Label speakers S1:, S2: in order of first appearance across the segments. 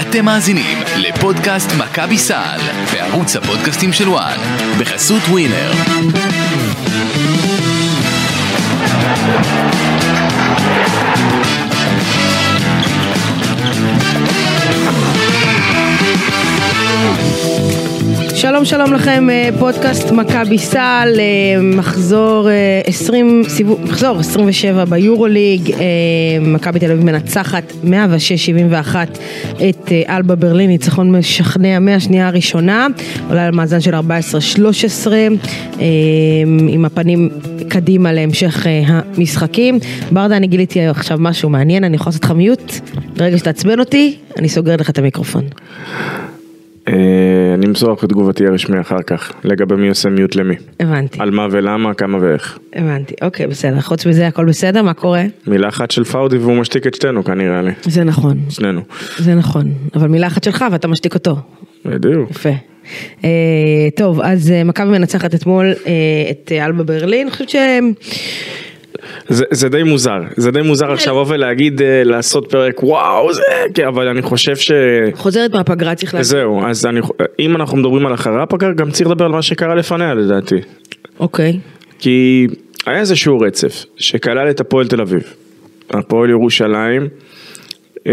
S1: אתם מאזינים לפודקאסט מכבי סל בערוץ הפודקאסטים של וואן בחסות ווינר.
S2: שלום שלום לכם, אה, פודקאסט מכבי סל, אה, מחזור אה, 20, סיבוב, מחזור 27 ביורוליג, אה, מכבי תל אביב מנצחת 106-71 את אה, אלבה ברלין, ניצחון משכנע מהשנייה הראשונה, עולה על מאזן של 14-13, אה, עם הפנים קדימה להמשך אה, המשחקים. ברדה, אני גיליתי עכשיו משהו מעניין, אני יכולה לעשות לך מיוט? ברגע שתעצבן אותי, אני סוגרת לך את המיקרופון.
S3: אה, אני אמסור לך את תגובתי הרשמי אחר כך, לגבי מי עושה מיוט למי.
S2: הבנתי,
S3: על מה ולמה, כמה ואיך.
S2: הבנתי, אוקיי, בסדר. חוץ מזה הכל בסדר, מה קורה?
S3: מילה אחת של פאודי והוא משתיק את שתינו כאן נראה לי,
S2: זה נכון,
S3: שנינו.
S2: זה נכון. אבל מילה אחת שלך ואתה משתיק אותו.
S3: בדיוק.
S2: יפה. אה, טוב, אז אה, מכבי מנצחת אתמול אה, את אה, אלבה ברלין, אני חושבת שהם...
S3: זה, זה די מוזר, זה די מוזר עכשיו לבוא ולהגיד אה, לעשות פרק וואו זה, כן, אבל אני חושב ש...
S2: חוזרת מהפגרה, צריך להגיד.
S3: זהו, אז אני, אם אנחנו מדברים על אחרי הפגרה, גם צריך לדבר על מה שקרה לפניה לדעתי.
S2: אוקיי.
S3: כי היה איזשהו רצף שכלל את הפועל תל אביב, הפועל ירושלים, אה,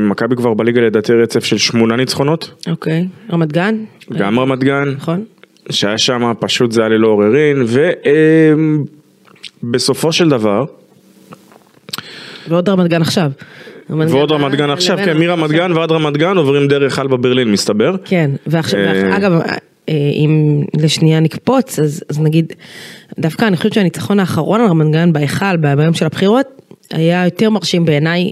S3: מכבי כבר בליגה לדעתי רצף של שמונה ניצחונות,
S2: אוקיי. רמת גן?
S3: גם רמת גן,
S2: נכון?
S3: שהיה שם פשוט זה היה ללא עוררין, ובסופו של דבר,
S2: ועוד רמת גן עכשיו. רמת
S3: ועוד
S2: גן- אה,
S3: רמת גן עכשיו,
S2: לבין-
S3: כן, מרמת גן ועד רמת גן עוברים דרך אלבה ברלין מסתבר.
S2: כן, ועכשיו,
S3: אה,
S2: ואח- אגב, אה, אם לשנייה נקפוץ, אז, אז נגיד, דווקא אני חושבת שהניצחון האחרון על רמת גן בהיכל, ב- ביום של הבחירות, היה יותר מרשים בעיניי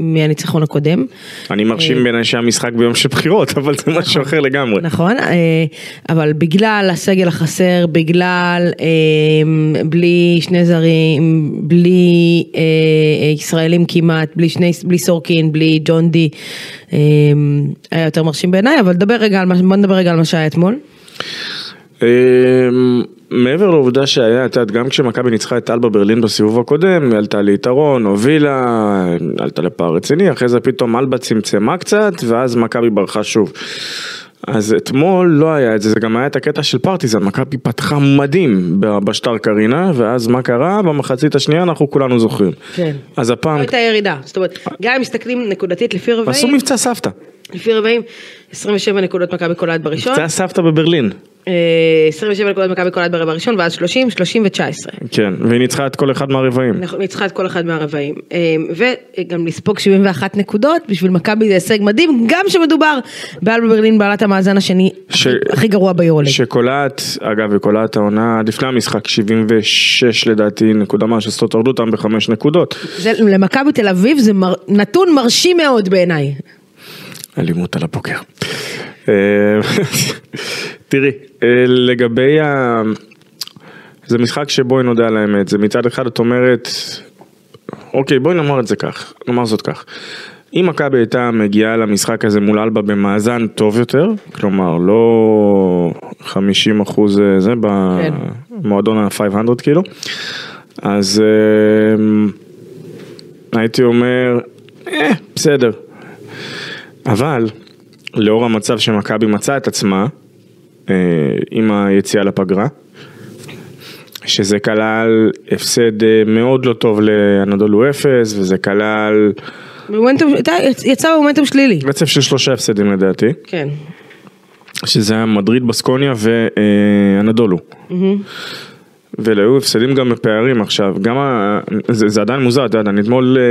S2: מהניצחון הקודם.
S3: אני
S2: אה.
S3: מרשים בעיניי שהיה משחק ביום של בחירות, אבל זה משהו אחר לגמרי.
S2: נכון, אה, אבל בגלל הסגל החסר, בגלל אה, בלי שני זרים, בלי אה, ישראלים כמעט, בלי, שני, בלי סורקין, בלי ג'ון די, אה, היה יותר מרשים בעיניי, אבל דבר רגע על מה, בוא נדבר רגע על מה שהיה אתמול.
S3: אמ, מעבר לעובדה שהיה, את יודעת, גם כשמכבי ניצחה את אלבה ברלין בסיבוב הקודם, היא עלתה ליתרון, הובילה, עלתה לפער רציני, אחרי זה פתאום אלבה צמצמה קצת, ואז מכבי ברחה שוב. אז אתמול לא היה את זה, זה גם היה את הקטע של פרטיזן, מכבי פתחה מדהים ב- בשטר קרינה, ואז מה קרה? במחצית השנייה אנחנו כולנו זוכרים.
S2: כן.
S3: אז
S2: לא
S3: הפעם,
S2: הייתה ירידה, זאת אומרת, גם אם מסתכלים נקודתית לפי
S3: עשו
S2: רבעים,
S3: מבצע סבתא,
S2: לפי רבעים, 27 נקודות מכבי קולעת בראשון,
S3: מבצע סבתא בברלין.
S2: אה, 27 נקודות מכבי קולעת ברבע הראשון, ואז 30, 30 ו-19.
S3: כן, והיא ניצחה את כל אחד מהרבעים.
S2: נכון, ניצחה את כל אחד מהרבעים. אה, וגם לספוג 71 נקודות, בשביל מכבי זה הישג מדהים, גם שמדובר באלבה ברלין בעלת המאזן השני
S3: ש-
S2: הכי- הכי גרוע ביורוליג.
S3: שקולעת, אגב, היא קולעת העונה עד לפני המשחק, 76 לדעתי נקודה משהו, זאת אומרת, הורדו אותם בחמש נקודות.
S2: זה- למכבי תל אביב זה מר- נתון מרשים מאוד בעיניי.
S3: אלימות על הבוקר. אה, תראי, אה, לגבי ה... זה משחק שבואי נודה על האמת, זה מצד אחד את אומרת, אוקיי בואי נאמר את זה כך, נאמר זאת כך. אם מכבי הייתה מגיעה למשחק הזה מול אלבה במאזן טוב יותר, כלומר לא 50 אחוז אה, זה
S2: כן.
S3: במועדון ה-500 כאילו, אז אה, הייתי אומר, אה, בסדר. אבל לאור המצב שמכבי מצאה את עצמה אה, עם היציאה לפגרה, שזה כלל הפסד אה, מאוד לא טוב לאנדולו אפס, וזה כלל
S2: מומנטום, הייתה- יצא במומנטום שלילי.
S3: רצף של שלושה הפסדים לדעתי,
S2: כן.
S3: שזה היה מדריד, בסקוניה ואנדולו. ואלה היו הפסדים גם בפערים עכשיו, גם ה... זה, זה עדיין מוזר, אתה יודע, אני אתמול אה,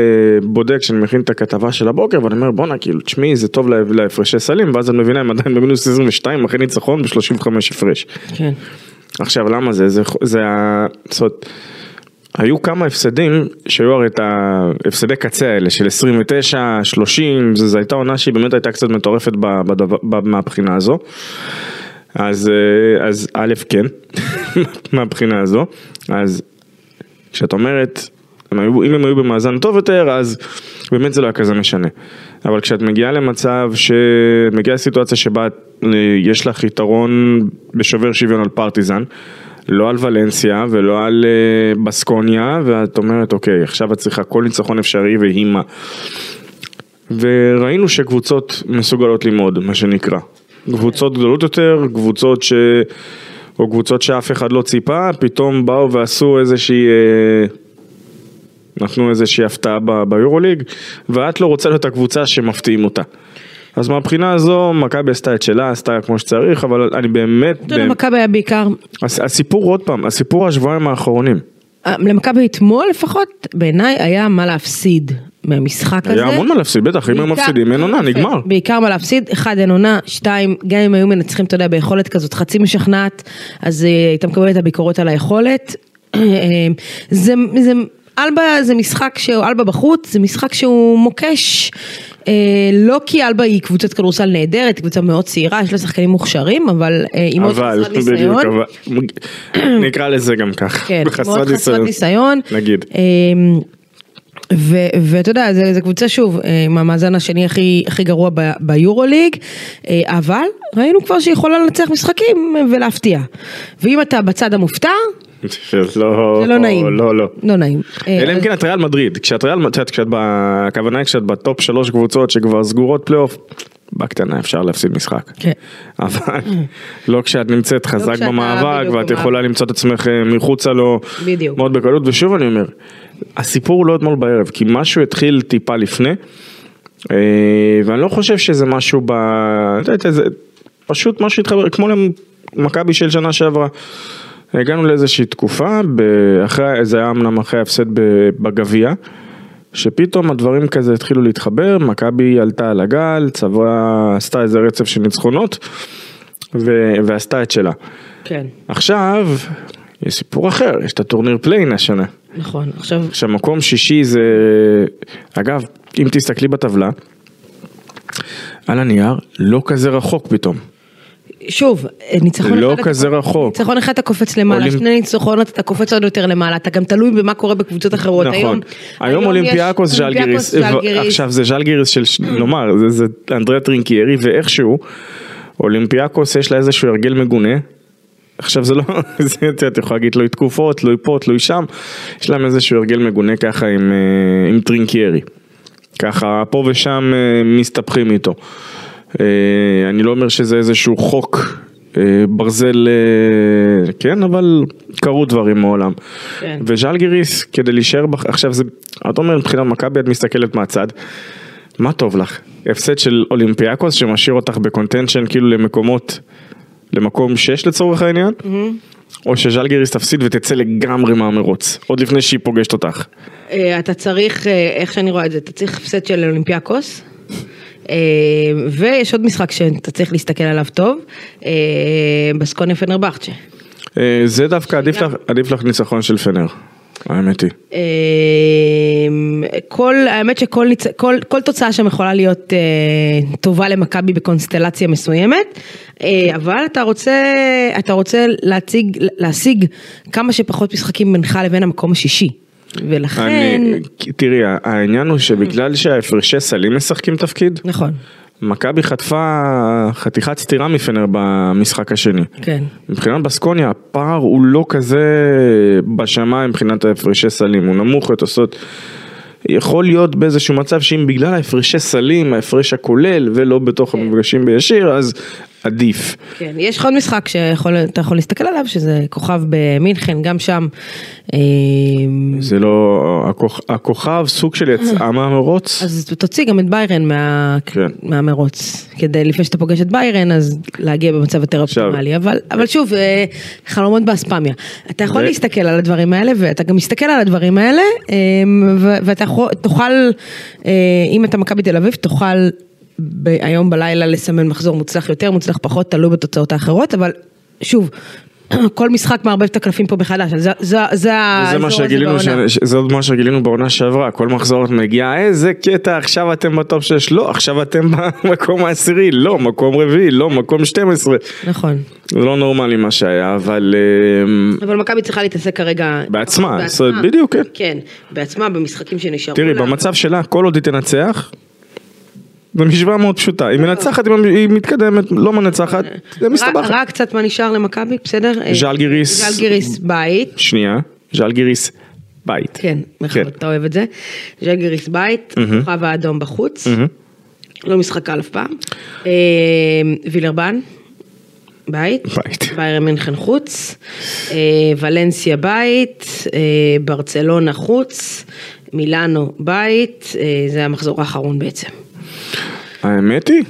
S3: בודק שאני מכין את הכתבה של הבוקר ואני אומר בואנה כאילו תשמעי זה טוב לה- להפרשי סלים ואז אני מבינה הם עדיין במינוס 22 אחרי ניצחון ב-35 הפרש.
S2: כן.
S3: עכשיו למה זה, זה, זה, ה- זאת אומרת, היו כמה הפסדים שהיו הרי את ההפסדי קצה האלה של 29, 30, זו זו הייתה עונה שהיא באמת הייתה קצת מטורפת ב- בדבר- ב- מהבחינה הזו. אז, אה, אז א' כן, מהבחינה הזו, אז כשאת אומרת, הם היו, אם הם היו במאזן טוב יותר, אז באמת זה לא היה כזה משנה. אבל כשאת מגיעה למצב, ש... מגיעה לסיטואציה שבה אה, יש לך יתרון בשובר שוויון על פרטיזן, לא על ולנסיה ולא על אה, בסקוניה, ואת אומרת, אוקיי, עכשיו את צריכה כל ניצחון אפשרי והיא מה. וראינו שקבוצות מסוגלות ללמוד, מה שנקרא. קבוצות גדולות יותר, קבוצות ש... או קבוצות שאף אחד לא ציפה, פתאום באו ועשו איזושהי... אה, נתנו איזושהי הפתעה ב- ביורוליג, ואת לא רוצה להיות הקבוצה שמפתיעים אותה. אז מהבחינה הזו, מכבי עשתה את שלה, עשתה כמו שצריך, אבל אני באמת...
S2: אתה יודע, למכבי היה בעיקר,
S3: הס- הסיפור, עוד פעם, הסיפור השבועיים האחרונים.
S2: אה, למכבי אתמול לפחות, בעיניי היה מה להפסיד מהמשחק הזה.
S3: היה המון מה להפסיד, בטח, אם הם
S2: בעיקר-
S3: מפסידים, אין עונה,
S2: יפה.
S3: נגמר.
S2: בעיקר מה להפסיד, אחד אין עונה, שתיים, גם אם היו מנצחים, אתה יודע, ביכולת כזאת חצי משכנעת, אז אה, היית מקבל את הביקורת על היכולת. אה, זה, זה, אלבה זה משחק שהוא, אלבה בחוץ, זה משחק שהוא מוקש. אה, לא כי אלבה היא קבוצת כדורסל נהדרת, היא קבוצה מאוד צעירה, יש לה שחקנים מוכשרים, אבל אה, היא מאוד
S3: אבל,
S2: חסרת ניסיון.
S3: בדיוק, אבל, נקרא לזה גם ככה,
S2: כן, מאוד חסרת ניסיון.
S3: נגיד.
S2: אמ, ו- ואתה יודע, זה, זה קבוצה שוב, אה, עם המאזן השני הכי, הכי גרוע ב- ביורוליג, אה, אבל ראינו כבר שהיא יכולה לנצח משחקים אה, ולהפתיע. ואם אתה בצד המופתע,
S3: זה לא,
S2: זה לא נעים.
S3: לא, לא.
S2: לא נעים. אה,
S3: אלא אם
S2: אז-
S3: כן את ריאל מדריד, כשאת ריאל, כשאת, כשאת, ב- הכוונה היא כשאת בטופ שלוש קבוצות שכבר סגורות פלייאוף, בקטנה אפשר להפסיד משחק.
S2: כן.
S3: אבל לא כשאת נמצאת חזק
S2: כשאתה
S3: במאבק
S2: בדיוק
S3: ואת
S2: במאבק.
S3: יכולה למצוא את עצמך אה, מחוצה לו
S2: בדיוק.
S3: מאוד בקלות, ושוב אני אומר, הסיפור הוא לא אתמול בערב, כי משהו התחיל טיפה לפני, אה, ואני לא חושב שזה משהו ב... אתה יודע, זה פשוט משהו התחבר, כמו למכבי של שנה שעברה. הגענו לאיזושהי תקופה, ב- אחרי, זה היה אמנם אחרי ההפסד ב- בגביע, שפתאום הדברים כזה התחילו להתחבר, מכבי עלתה על הגל, צברה, עשתה איזה רצף של ניצחונות, ו- ועשתה את שלה.
S2: כן,
S3: עכשיו, יש סיפור אחר, יש את הטורניר פליין השנה.
S2: נכון. עכשיו,
S3: עכשיו, מקום שישי זה... אגב, אם תסתכלי בטבלה, על הנייר, לא כזה רחוק פתאום.
S2: שוב, אה, ניצחון
S3: לא
S2: אחד... אתה-
S3: כזה רחוק.
S2: ניצחון אחד אתה קופץ למעלה,
S3: אולימפ-
S2: שני ניצחונות אתה קופץ עוד יותר למעלה, אתה גם תלוי במה קורה בקבוצות אחרות.
S3: נכון. היום
S2: יש-
S3: אולימפיאקוס ז'לגיריס. עכשיו זה ז'לגיריס של, נאמר, זה- זה אנדריה טרינקיירי ואיכשהו, אולימפיאקוס יש לה איזשהו הרגל מגונה. עכשיו זה לא, זה, את יודעת, יכולה להגיד תלוי תקופות, תלוי פה, תלוי שם. יש להם איזשהו הרגל מגונה ככה עם, אה, עם טרינקיירי. ככה פה ושם אה, מסתבכים איתו. אה, אני לא אומר שזה איזשהו חוק אה, ברזל, אה, כן, אבל קרו דברים מעולם.
S2: כן.
S3: וז'לגיריס, כדי להישאר, בח... עכשיו זה, את אומרת מבחינת מכבי, את מסתכלת מהצד, מה טוב לך? הפסד של אולימפיאקוס שמשאיר אותך בקונטנשן כאילו למקומות, למקום 6 לצורך העניין, או שז'לגיריס תפסיד ותצא לגמרי מהמרוץ, עוד לפני שהיא פוגשת אותך.
S2: אה, אתה צריך, אה, איך שאני רואה את זה, אתה צריך הפסד של אולימפיאקוס. אה, ויש עוד משחק שאתה צריך להסתכל עליו טוב, אה, בסקוניה פנרבכצ'ה.
S3: אה, זה דווקא עדיף לך, עדיף לך ניצחון של פנר, האמת היא.
S2: אה, כל, האמת שכל ניצ... כל, כל תוצאה שם יכולה להיות אה, טובה למכבי בקונסטלציה מסוימת, אה, אבל אתה רוצה, אתה רוצה להציג, להשיג כמה שפחות משחקים בינך לבין המקום השישי. ולכן,
S3: אני, תראי, העניין הוא שבגלל שההפרשי סלים משחקים תפקיד,
S2: נכון,
S3: מכבי חטפה חתיכת סטירה מפנר במשחק השני.
S2: כן.
S3: מבחינת בסקוניה הפער הוא לא כזה בשמיים מבחינת ההפרשי סלים, הוא נמוך יותר, זאת אומרת, יכול להיות באיזשהו מצב שאם בגלל ההפרשי סלים, ההפרש הכולל ולא בתוך המפגשים בישיר, אז עדיף.
S2: כן, יש לך עוד משחק שאתה יכול להסתכל עליו, שזה כוכב במינכן, גם שם. אה,
S3: זה לא, הכוכ, הכוכב סוג של
S2: אה.
S3: יצאה מהמרוץ,
S2: אז תוציא גם את ביירן מה...
S3: כן.
S2: מהמרוץ, כדי לפני שאתה פוגש את ביירן, אז להגיע במצב יותר
S3: עכשיו-
S2: אופטימלי, אבל, אבל שוב, אה, חלומות באספמיה. אתה יכול
S3: ו-
S2: להסתכל על הדברים האלה, ואתה גם מסתכל על הדברים האלה, אה, ו- ואתה יכול- תוכל, אה, אם אתה מכבי תל אביב, תוכל ב- היום בלילה לסמן מחזור מוצלח יותר, מוצלח פחות, תלוי בתוצאות האחרות, אבל שוב, כל משחק מערבב את הקלפים פה מחדש, אז זה, זה, זה
S3: זה מה
S2: האזור הזה
S3: שגילינו, ש...
S2: בעונה.
S3: ש- זה עוד מה שגילינו בעונה שעברה, כל מחזור את מגיעה, איזה קטע, עכשיו אתם בטופ 6, לא, עכשיו אתם במקום העשירי, לא, מקום רביעי, לא, מקום 12,
S2: נכון.
S3: זה לא נורמלי מה שהיה, אבל... אמ,
S2: אבל מכבי צריכה להתעסק כרגע...
S3: בעצמה, זאת אומרת, בדיוק, כן.
S2: כן, בעצמה, במשחקים שנשארו
S3: תראי,
S2: לה.
S3: במצב שלה, כל עוד היא תנצח, זו משוואה מאוד פשוטה. היא מנצחת, היא- היא מתקדמת, לא מנצחת, זה
S2: רק-
S3: מסתבך.
S2: רק אה, קצת מה נשאר למכבי, בסדר? אה,
S3: ז'לגיריס.
S2: ז'לגיריס בית.
S3: שנייה, ז'לגיריס בית.
S2: כן, נכון,
S3: כן.
S2: אתה אוהב את זה. ז'לגיריס בית, הכוכב האדום בחוץ. לא משחק על אף פעם. אה, וילרבן, בית.
S3: כן, בית.
S2: ביירן מינכן חוץ. אה, ולנסיה בית. אה, ברצלונה חוץ. מילאנו בית. אה, זה המחזור האחרון בעצם.
S3: האמת היא?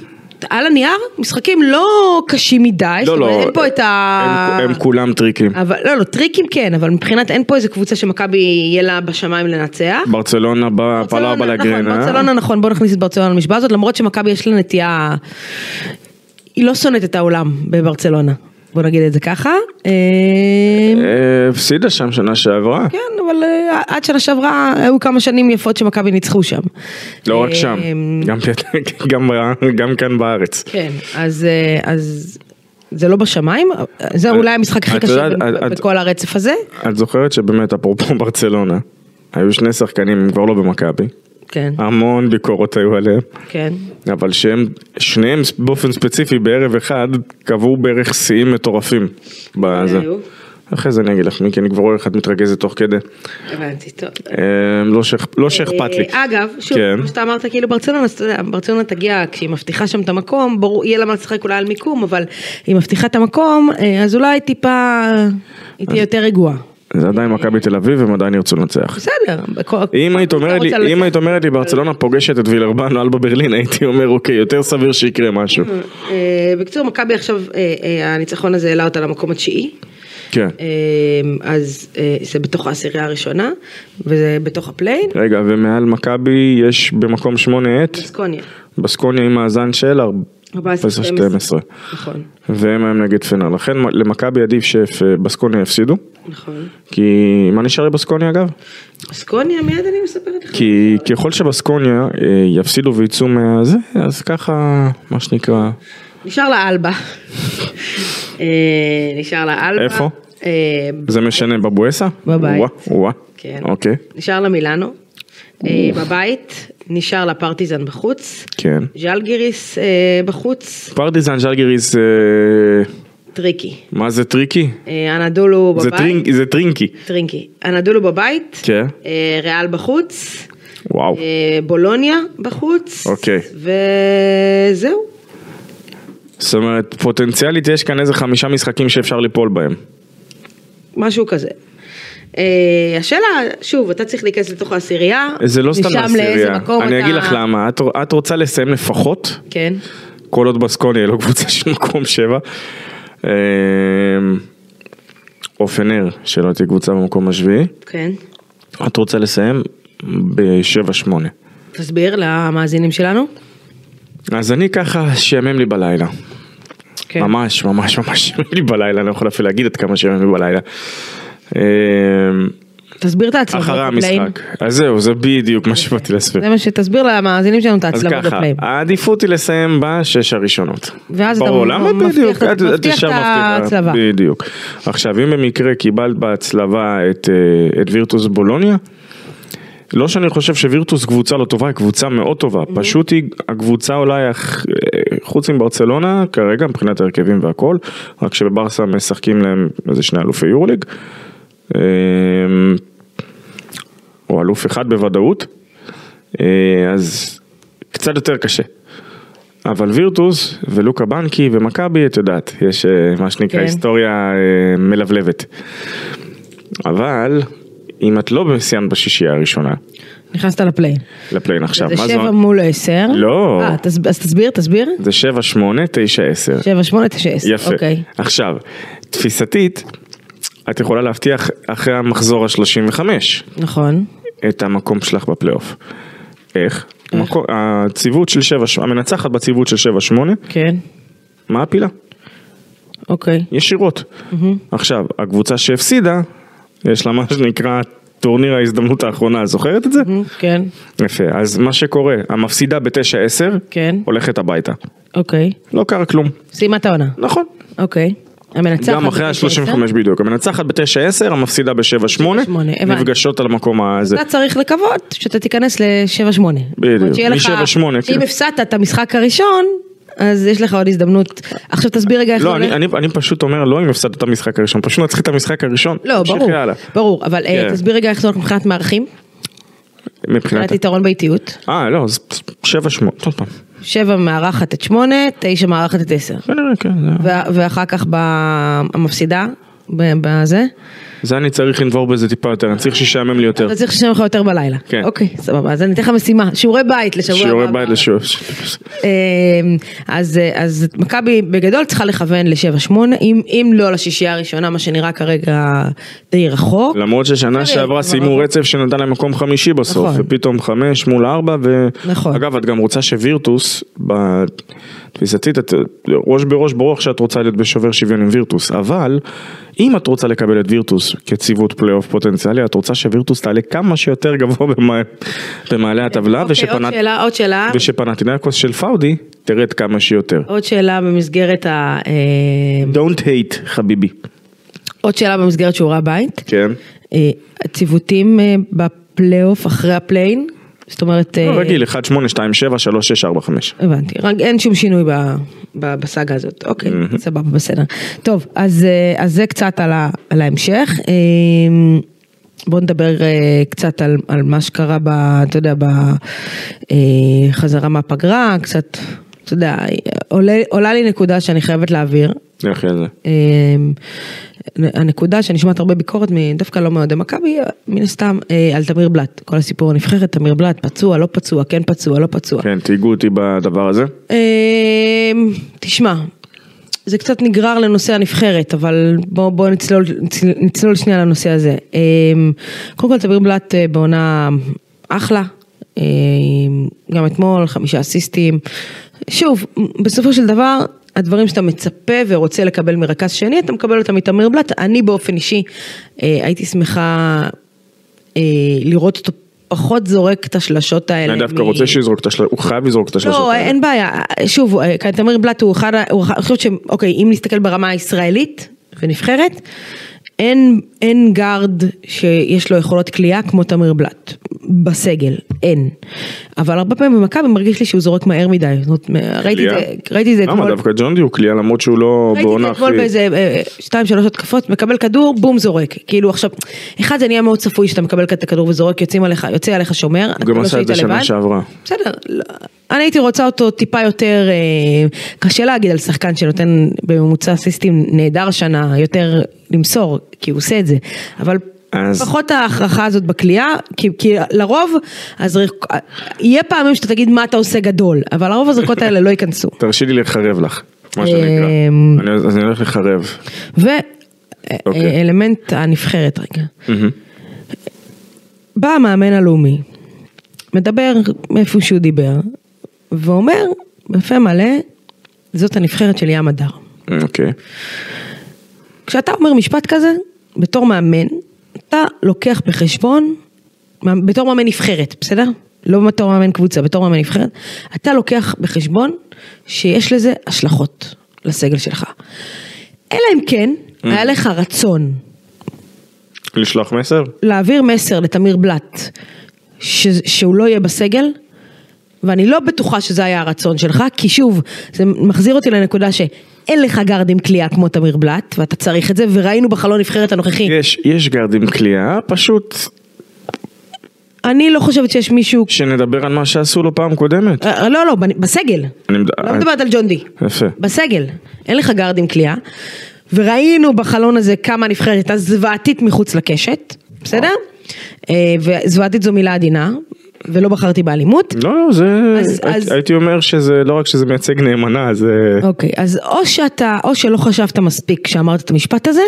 S2: על הנייר, משחקים לא קשים מדי. זאת
S3: לא,
S2: אומרת,
S3: לא.
S2: אין פה את ה...
S3: הם- הם כולם טריקים.
S2: אבל לא, לא, טריקים כן, אבל מבחינת אין פה איזה קבוצה שמכבי יהיה לה בשמיים לנצח.
S3: ברצלונה בא- פלה
S2: ברצלונה,
S3: בלגרנה.
S2: נכון, ברצלונה נכון, בוא נכניס את ברצלונה למשוואה הזאת, למרות שמכבי יש לה נטייה, היא לא שונאת את העולם בברצלונה, בוא נגיד את זה ככה. אה,
S3: אה, הפסידה שם שנה שעברה.
S2: כן, אבל אה, עד שנה שעברה היו כמה שנים יפות שמכבי ניצחו שם.
S3: לא רק שם,
S2: אה,
S3: גם פת- גם ב- גם כאן בארץ.
S2: כן, אז... אה, אז... זה לא בשמיים, זה אולי המשחק הכי
S3: את
S2: קשה
S3: יודעת, את- את-
S2: בכל הרצף הזה,
S3: את זוכרת שבאמת, אפרופו ברצלונה, היו שני שחקנים, הם כבר לא במכבי,
S2: כן,
S3: אה. המון ביקורות היו עליהם,
S2: כן,
S3: אבל שהם, שניהם באופן ספציפי בערב אחד, קבעו בערך שיאים מטורפים. בזה.
S2: היו?
S3: אחרי זה אני אגיד לך, מי כי אני כבר רואה איך את מתרגזת תוך כדי.
S2: הבנתי, טוב.
S3: אה, לא שאכ- לא שאכפת לי.
S2: אה, אגב, שוב,
S3: כן.
S2: כמו שאתה אמרת, כאילו ברצלונה, אז אתה יודע, ברצלונה תגיע, כשהיא מבטיחה שם את המקום, ברור, יהיה לה מה לשחק אולי על מיקום, אבל היא מבטיחה את המקום, אה, אז אולי טיפה, היא תהיה יותר רגועה.
S3: זה עדיין מכבי תל אביב, הם עדיין ירצו לנצח.
S2: בסדר. בכל-
S3: אם היית אומרת
S2: אתה רוצה
S3: לי, אם
S2: לצאת.
S3: היית אומרת לי ברצלונה פוגשת את וילרבן או אלבה ברלין, הייתי אומר אוקיי, יותר סביר שיקרה משהו.
S2: אה, בקיצור, מכבי עכשיו, אה, אה, הניצחון הזה העלה אותה למקום התשיעי.
S3: כן.
S2: אה, אז אה, זה בתוך העשירייה הראשונה, וזה בתוך הפליין,
S3: רגע, ומעל מכבי יש במקום שמונה את
S2: בסקוניה.
S3: בסקוניה עם מאזן של 14-12,
S2: 14-12. נכון,
S3: והם היום נגד פנר. לכן למכבי עדיף שבסקוניה יפסידו,
S2: נכון.
S3: כי מה נשאר לבסקוניה אגב?
S2: בסקוניה, מיד אני מספרת לך.
S3: כי ככל שבסקוניה אה, יפסידו ויצאו מהזה, אז ככה, מה שנקרא,
S2: נשאר לה אלבה. אה, נשאר לה אלבה.
S3: איפה?
S2: אה,
S3: זה משנה בבואסה?
S2: בבית.
S3: וואה, וואה,
S2: כן.
S3: אוקיי,
S2: נשאר לה מילאנו. אה, בבית. נשאר לה פרטיזן בחוץ.
S3: כן.
S2: ז'לגיריס אה, בחוץ.
S3: פרטיזן ז'לגיריס, אה,
S2: טריקי.
S3: מה זה טריקי?
S2: אה, אנדולו
S3: זה,
S2: בבית.
S3: טרינק, זה טרינקי.
S2: טרינקי. אנדולו בבית.
S3: כן.
S2: אה, ריאל בחוץ.
S3: וואו.
S2: אה, בולוניה בחוץ.
S3: אוקיי.
S2: וזהו.
S3: זאת אומרת, פוטנציאלית יש כאן איזה חמישה משחקים שאפשר ליפול בהם.
S2: משהו כזה. אה, השאלה, שוב, אתה צריך להיכנס לתוך העשירייה.
S3: זה לא סתם
S2: משם לאיזה
S3: עשירייה.
S2: מקום
S3: אני
S2: אתה-
S3: אגיד לך למה, את, את רוצה לסיים לפחות,
S2: כן.
S3: כל עוד בסקוניה היא לא קבוצה של מקום שבע. אה, או פנר, שלא תהיה קבוצה במקום השביעי.
S2: כן.
S3: את רוצה לסיים בשבע שמונה.
S2: תסביר למאזינים שלנו.
S3: אז אני ככה, שיאמם לי בלילה. כן. ממש, ממש, ממש שיאמם לי בלילה, אני לא יכול אפילו להגיד עד כמה שיאמם לי בלילה. אה,
S2: תסביר את ההצלבות
S3: אחרי
S2: בפלאים.
S3: המשחק. אז זהו, זה בדיוק מה שבאתי להסביר.
S2: זה מה שתסביר למאזינים שלנו את
S3: אז
S2: ההצלבות
S3: ככה,
S2: בפלאים.
S3: העדיפות היא לסיים בשש הראשונות.
S2: ואז אתה
S3: ברור,
S2: מ-
S3: למה
S2: מבטיח
S3: בדיוק?
S2: את- מבטיח
S3: ישר
S2: את
S3: מבטיחה,
S2: ההצלבה.
S3: בדיוק. עכשיו, אם במקרה קיבלת בהצלבה את, אה, את וירטוס בולוניה, לא שאני חושב שווירטוס קבוצה לא טובה, היא קבוצה מאוד טובה,
S2: Mm-hmm.
S3: פשוט היא הקבוצה אולי, הח- אה, חוץ מברצלונה, כרגע מבחינת ההרכבים והכל, רק שבברסה משחקים להם איזה שני אלופי יורליג, אה, או אלוף אחד בוודאות, אה, אז קצת יותר קשה. אבל וירטוס ולוקה בנקי ומכבי, את יודעת, יש אה, מה שנקרא
S2: כן.
S3: היסטוריה אה, מלבלבת. אבל אם את לא סיימת בשישייה הראשונה
S2: נכנסת לפלאים.
S3: לפליין עכשיו,
S2: זה
S3: מה
S2: שבע
S3: זו?
S2: מול עשר.
S3: לא.
S2: אה, תס- אז תסביר, תסביר.
S3: זה 7, 8, 9, 10.
S2: שבע, שמונה, תשע, עשר.
S3: יפה.
S2: אוקיי.
S3: עכשיו, תפיסתית, את יכולה להבטיח אחרי המחזור ה-35
S2: נכון.
S3: את המקום שלך בפלייאוף. איך? מקו- הציוות של 7, המנצחת בציוות של 7, 8,
S2: כן.
S3: מה הפילה?
S2: אוקיי.
S3: ישירות. עכשיו, הקבוצה שהפסידה, יש לה מה שנקרא טורניר ההזדמנות האחרונה, את זוכרת את זה?
S2: כן.
S3: יפה, אז מה שקורה, המפסידה ב-9-10,
S2: כן.
S3: הולכת הביתה.
S2: אוקיי.
S3: לא קרה כלום,
S2: סיימה את העונה.
S3: נכון.
S2: אוקיי. המנצחת.
S3: גם אחרי
S2: בתשע, עשר.
S3: ה-35 בדיוק, המנצחת ב-9-10, המפסידה ב-7-8,
S2: שמונה, הבנתי.
S3: נפגשות על המקום הזה.
S2: אתה צריך לקוות שאתה תיכנס ל-7-8.
S3: בדיוק,
S2: שיהיה לך-
S3: מ- 7-8,
S2: שאם
S3: כן.
S2: הפסדת את המשחק הראשון, אז יש לך עוד הזדמנות. עכשיו תסביר רגע איך זה
S3: לא,
S2: הולך.
S3: אני, אני, אני פשוט אומר, לא אם הפסדת את המשחק הראשון, פשוט נצחי את המשחק הראשון.
S2: לא,
S3: תמשיכי
S2: ברור,
S3: הלאה.
S2: ברור, אבל אה,
S3: כן.
S2: תסביר רגע איך זה הולך מבחינת מערכים,
S3: מבחינת...
S2: מבחינת יתרון באיטיות.
S3: אה, לא, אז שבע שמות, עוד פעם.
S2: שבע מארחת את שמונה, תשע מארחת את עשר.
S3: כנראה, כן, זה-
S2: ו- ואחר כך ב- המפסידה, ב- בזה,
S3: זה אני צריך לנבור בזה טיפה יותר, אני צריך שישעמם לי יותר.
S2: אתה צריך לשלם לך יותר בלילה.
S3: כן.
S2: אוקיי, סבבה, אז אני אתן לך משימה, שיעורי בית לשבוע הבא.
S3: שיעורי בית לשיעור.
S2: אמ, אז, אה, אז מכבי בגדול צריכה לכוון ל-7-8, אם, אם לא לשישייה הראשונה, מה שנראה כרגע די רחוק.
S3: למרות ששנה
S2: אה,
S3: שעברה
S2: כבר
S3: סיימו
S2: עבר.
S3: רצף שנתן להם מקום חמישי בסוף,
S2: נכון.
S3: ופתאום חמש מול ארבע, ו...
S2: נכון.
S3: אגב, את גם רוצה שווירטוס, בתפיסתית, את ראש בראש ברוח שאת רוצה להיות בשובר שוויון עם וירטוס, אבל אם את רוצה לקבל את וירטוס כציוות פלייאוף פוטנציאלי, את רוצה שווירטוס תעלה כמה שיותר גבוה במה- במעלה הטבלה,
S2: אוקיי,
S3: ושפנת...
S2: עוד שאלה, עוד שאלה,
S3: ושפנטינקוס של פאודי תרד כמה שיותר.
S2: עוד שאלה במסגרת ה... אמ,
S3: Don't hate חביבי.
S2: עוד שאלה במסגרת שיעורי הבית.
S3: כן.
S2: אה, הציוותים אה, בפלייאוף אחרי הפליין? זאת אומרת... אה,
S3: לא רגיל 1, 8, 2, 7, 3, 6, 4, 5.
S2: הבנתי, רק אין שום שינוי ב, ב, בסאגה הזאת, אוקיי, סבבה, בסדר. טוב, אז, אה, אז זה קצת על, ה, על ההמשך. אה, בואו נדבר אה, קצת על, על מה שקרה, ב, אתה יודע, בחזרה מהפגרה, קצת, אתה יודע, עולה, עולה לי נקודה שאני חייבת להעביר.
S3: נלך על זה.
S2: אמ, הנקודה שנשמעת הרבה ביקורת מ- דווקא לא מאוהדי מכבי, מן הסתם, אה, על תמיר בלאט. כל הסיפור הנבחרת, תמיר בלאט, פצוע, לא פצוע, כן פצוע, לא פצוע.
S3: כן, תהיגו אותי בדבר הזה.
S2: אמ, תשמע, זה קצת נגרר לנושא הנבחרת, אבל בואו בוא נצלול, נצל- נצלול שנייה לנושא הזה. אמ, קודם כל, תמיר בלאט אה, בעונה אחלה, אמ, גם אתמול, חמישה אסיסטים. שוב, בסופו של דבר, הדברים שאתה מצפה ורוצה לקבל מרכז שני, אתה מקבל אותם מתמיר בלאט. אני באופן אישי אה, הייתי שמחה אה, לראות אותו פחות זורק את השלשות האלה.
S3: אני דווקא
S2: מ-
S3: רוצה שיזרוק את השלוש, הוא חייב לזרוק את השלושות.
S2: לא,
S3: האלה.
S2: אין בעיה. שוב, אה, כאן תמיר בלאט הוא אחד, ה- הוא אחד- אני חושבת ש... אוקיי, אם נסתכל ברמה הישראלית ונבחרת, אין, אין גארד שיש לו יכולות כליאה כמו תמיר בלאט בסגל, אין. אבל הרבה פעמים במכבי מרגיש לי שהוא זורק מהר מדי. זאת אומרת, מ- ראיתי את
S3: קליעה?
S2: זה- ראיתי את זה אתמול.
S3: למה דווקא ג'ון די הוא קליעה למרות שהוא לא
S2: ראיתי את
S3: בעונה
S2: זה
S3: הכי...
S2: אתמול באיזה אה, שתיים שלוש התקפות, מקבל כדור, בום זורק. כאילו עכשיו, אחד זה נהיה מאוד צפוי שאתה מקבל את הכדור וזורק, יוצאים עליך, יוצא עליך שומר.
S3: הוא גם
S2: לא
S3: עשה את זה
S2: שהיית
S3: שנה
S2: לבד.
S3: שעברה.
S2: בסדר, לא. אני הייתי רוצה אותו טיפה יותר, אה, קשה להגיד על שחקן שנותן בממוצע אסיסטים נהדר שנה, יותר למסור, כי הוא עושה את זה, אבל
S3: אז-
S2: אז... פחות ההכרחה הזאת בכלייה, כי, כי לרוב, אז ריק- יהיה פעמים שאתה תגיד מה אתה עושה גדול, אבל לרוב הזריקות האלה לא ייכנסו.
S3: תרשי לי לחרב לך, מה שנקרא.
S2: אמ,
S3: אני- אז אני הולך לחרב. אוקיי.
S2: ואלמנט הנבחרת רגע. בא המאמן הלאומי, מדבר מאיפה שהוא דיבר, ואומר בפה מלא, זאת הנבחרת של ים הדר.
S3: אוקיי.
S2: כשאתה אומר משפט כזה, בתור מאמן, אתה לוקח בחשבון, מאמן- בתור מאמן נבחרת, בסדר? לא בתור מאמן קבוצה, בתור מאמן נבחרת, אתה לוקח בחשבון שיש לזה השלכות לסגל שלך. אלא אם כן, היה לך רצון
S3: לשלוח מסר?
S2: להעביר מסר לתמיר בלאט, ש- שהוא לא יהיה בסגל, ואני לא בטוחה שזה היה הרצון שלך, כי שוב, זה מחזיר אותי לנקודה שאין לך גארדים כליאה כמו תמיר בלאט, ואתה צריך את זה, וראינו בחלון נבחרת הנוכחי.
S3: יש, יש גארד עם קליעה, פשוט
S2: אני לא חושבת שיש מישהו...
S3: שנדבר על מה שעשו לו פעם קודמת.
S2: אה, לא, לא, בנ- בסגל.
S3: אני מד-
S2: לא מדברת על ג'ון די.
S3: יפה.
S2: בסגל. אין לך גארדים כליאה. וראינו בחלון הזה כמה הנבחרת הייתה זוועתית מחוץ לקשת, בסדר? אה, וזוועתית זו מילה עדינה, ולא בחרתי באלימות.
S3: לא, לא, זה...
S2: אז-
S3: הייתי-
S2: אז-
S3: הייתי אומר שזה לא רק שזה מייצג נאמנה, זה...
S2: אוקיי, אז או שאתה, או שלא חשבת מספיק כשאמרת את המשפט הזה,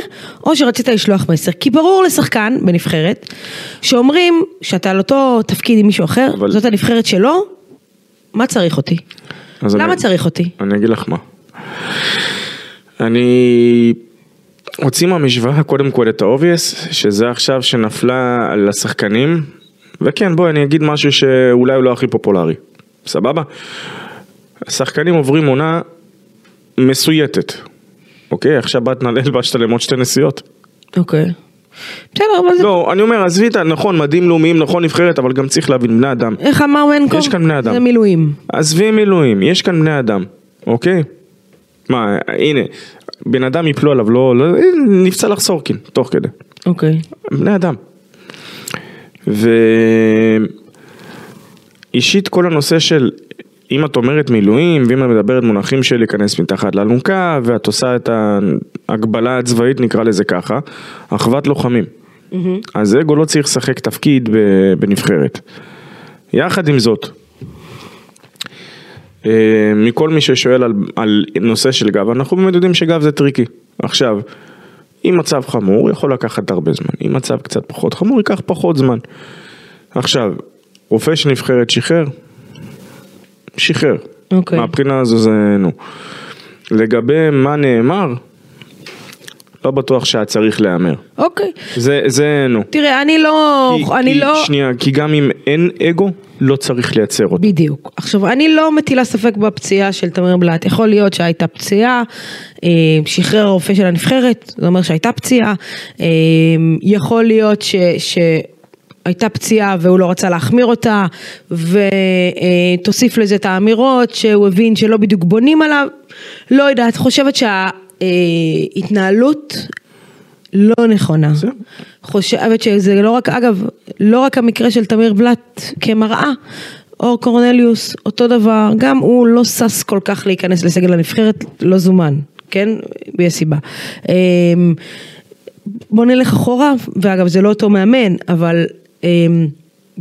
S2: או שרצית לשלוח מסר. כי ברור לשחקן בנבחרת, שאומרים שאתה על אותו תפקיד עם מישהו אחר,
S3: אבל-
S2: אבל... זאת הנבחרת שלו, מה צריך אותי?
S3: אז
S2: למה
S3: אני-
S2: צריך אותי?
S3: אני אגיד לך מה. אני... הוציא מהמשוואה קודם כל את האובייס, שזה עכשיו שנפלה על השחקנים, וכן בואי אני אגיד משהו שאולי הוא לא הכי פופולרי, סבבה? השחקנים עוברים עונה מסויטת, אוקיי? עכשיו בת נעלה הלבשת להם עוד שתי נסיעות.
S2: אוקיי. בסדר, אבל זה...
S3: לא, אני אומר, עזבי את ה... נכון, מדים לאומיים, נכון, נבחרת, אבל גם צריך להבין, בני אדם.
S2: איך אמר מנקו?
S3: אוקיי? יש כאן בני אדם.
S2: זה נכון. מילואים.
S3: עזבי מילואים, יש כאן בני אדם. אוקיי? מה, הנה, בן אדם יפלו עליו, לא, לא, הנה, נפצע לך סורקין, תוך כדי.
S2: אוקיי.
S3: בני אדם. ו... אישית כל הנושא של אם את אומרת מילואים ואם את מדברת מונחים של להיכנס מתחת לאלונקה ואת עושה את ההגבלה הצבאית נקרא לזה ככה, אחוות לוחמים. אז אגו לא צריך לשחק תפקיד ב- בנבחרת. יחד עם זאת, אה, מכל מי ששואל על, על נושא של גב, אנחנו באמת יודעים שגב זה טריקי. עכשיו, אם מצב חמור יכול לקחת הרבה זמן, אם מצב קצת פחות חמור ייקח פחות זמן. עכשיו, רופא של נבחרת שחרר? שחרר.
S2: אוקיי.
S3: מהבחינה הזו זה נו. לגבי מה נאמר, לא בטוח שהיה צריך להיאמר.
S2: אוקיי.
S3: זה, זה נו.
S2: תראה, אני לא...
S3: כי-
S2: אני
S3: כי-
S2: לא...
S3: שנייה, כי גם אם אין אגו, לא צריך לייצר אותו.
S2: בדיוק. עכשיו, אני לא מטילה ספק בפציעה של תמיר בלאט. יכול להיות שהייתה פציעה, אה, שחרר הרופא של הנבחרת, זה אומר שהייתה פציעה. אה, יכול להיות ש... ש... הייתה פציעה והוא לא רצה להחמיר אותה, ותוסיף לזה את האמירות שהוא הבין שלא בדיוק בונים עליו. לא יודעת, חושבת אה, שההתנהלות לא נכונה.
S3: בסדר.
S2: חושבת שזה לא רק, אגב, לא רק המקרה של תמיר בלאט כמראה, אור קורנליוס, אותו דבר, גם הוא לא שש כל כך להיכנס לסגל הנבחרת, לא זומן, כן? יש סיבה. אמ, בוא נלך אחורה, ואגב זה לא אותו מאמן, אבל אמ,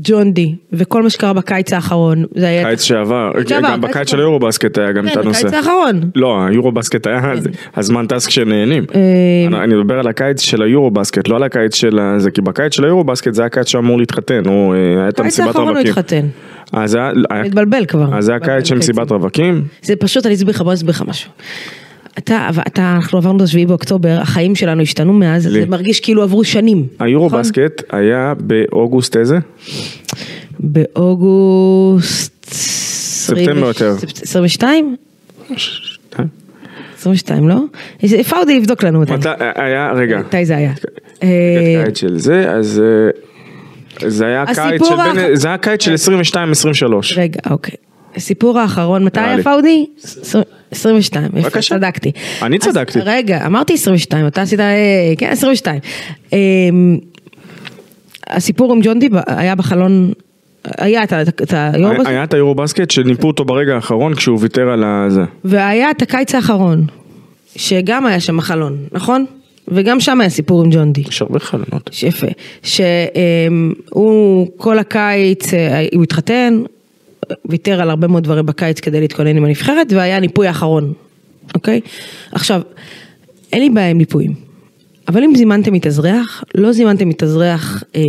S2: ג'ון די, וכל מה שקרה בקיץ האחרון, זה היה...
S3: קיץ שעבר,
S2: שעבר,
S3: גם
S2: קיץ
S3: בקיץ של
S2: שעבר.
S3: היורובסקט היה גם את
S2: כן,
S3: הנושא.
S2: הקיץ האחרון. כן.
S3: לא, היורובסקט היה, אז- הזמן טס כשנהנים.
S2: אה,
S3: אני- אני מדבר על הקיץ של היורובסקט, לא על הקיץ של ה- זה, כי בקיץ של היורובסקט זה היה הקיץ שאמור להתחתן, הוא אה, היה את
S2: הקיץ
S3: המסיבת
S2: האחרון הוא
S3: רווקים.
S2: התחתן.
S3: אז היה- היה-
S2: מתבלבל כבר. נכון.
S3: אז זה היה קיץ של מסיבת רווקים,
S2: זה פשוט, אני אסביר לך, בוא נסביר לך משהו. אתה, אבל אתה, אנחנו עברנו את השביעי באוקטובר, החיים שלנו השתנו מאז,
S3: לי.
S2: זה מרגיש כאילו עברו שנים.
S3: היורובסקט היה באוגוסט איזה? אה?
S2: נכון? באוגוסט...
S3: ספטמבר יותר.
S2: 22? כן. 22, לא? איזה- אפשר עוד לבדוק לנו אותה.
S3: מתי כן. היה, רגע,
S2: מתי זה היה? אה,
S3: קיץ של זה, אז אה, זה היה קיץ של
S2: הסיפור
S3: בין-
S2: האח-
S3: זה היה קיץ של 22-23.
S2: רגע, אוקיי. הסיפור האחרון, מתי
S3: נראה
S2: היה
S3: לי.
S2: פאודי? 22, יפה,
S3: בבקשה.
S2: צדקתי.
S3: אני
S2: אז-
S3: צדקתי.
S2: רגע, אמרתי 22, אתה עשית, אה, כן, 22. אמ, הסיפור עם ג'ון דיב היה בחלון, היה את ה- את היום הזה,
S3: היה את היורובסקט שניפו אותו ברגע האחרון כשהוא ויתר על הזה.
S2: והיה את הקיץ האחרון, שגם היה שם חלון, נכון? וגם שם היה סיפור עם ג'ון די.
S3: יש הרבה חלונות.
S2: יפה. שהוא כל הקיץ, אה, הוא התחתן, ויתר על הרבה מאוד דברים בקיץ כדי להתכונן עם הנבחרת, והיה הניפוי האחרון, אוקיי? עכשיו, אין לי בעיה עם ניפויים, אבל אם זימנתם מתאזרח, לא זימנתם מתאזרח אה,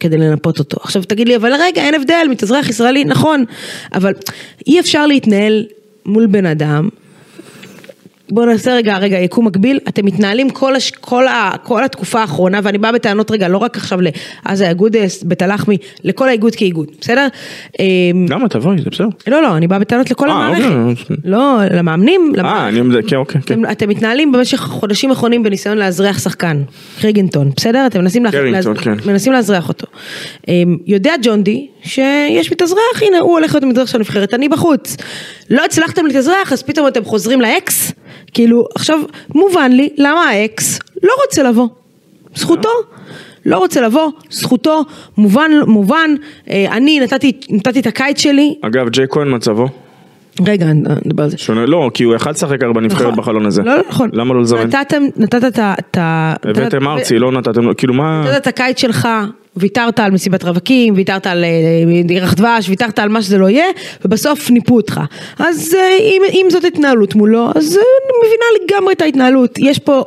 S2: כדי לנפות אותו. עכשיו תגיד לי, אבל רגע, אין הבדל, מתאזרח ישראלי, נכון, אבל אי אפשר להתנהל מול בן אדם בואו נעשה רגע, רגע, יקום מקביל, אתם מתנהלים כל, הש... כל, ה... כל התקופה האחרונה, ואני באה בטענות רגע, לא רק עכשיו לעזה האיגוד, אה, בית הלחמי, לכל האיגוד כאיגוד, בסדר? אה,
S3: למה תבואי, זה בסדר.
S2: לא, לא, אני באה בטענות לכל
S3: לא. אה,
S2: המערכת.
S3: אוקיי.
S2: לא, למאמנים,
S3: אה,
S2: למערכת.
S3: אני מדבר, כן, אוקיי, כן.
S2: אתם, אתם מתנהלים במשך חודשים אחרונים בניסיון לאזרח שחקן, קריגינטון, בסדר? אתם מנסים, לאזרח-
S3: קרינגטון,
S2: לאזרח-
S3: כן.
S2: מנסים לאזרח אותו. אמ, יודע ג'ון די שיש מתאזרח, הנה הוא הולך להיות המתאזרח של הנבחרת, אני בחוץ. לא הצלחתם להתאזרח, אז פתאום אתם חוזרים לאקס? כאילו, עכשיו, מובן לי למה האקס לא רוצה לבוא. זכותו. לא רוצה לבוא, זכותו, מובן, מובן, אה, אני נתתי, נתתי את הקיץ שלי,
S3: אגב, ג'יי כהן מצבו?
S2: רגע, אני- אני אדבר על זה.
S3: שונה, לא, כי הוא יכל לשחק ארבע נבחרת
S2: נכון.
S3: בחלון הזה.
S2: לא לא נכון.
S3: למה לא לזמן?
S2: נתתם, נתת את ה... את ה- נתת-
S3: הבאתם ארצי, לא נתתם לו, כאילו מה...
S2: נתת את הקיץ שלך, ויתרת על מסיבת רווקים, ויתרת על אה, ירח דבש, ויתרת על מה שזה לא יהיה, ובסוף ניפו אותך. אז אה, אם, אם זאת התנהלות מולו, אז אה, אני מבינה לגמרי את ההתנהלות. יש פה,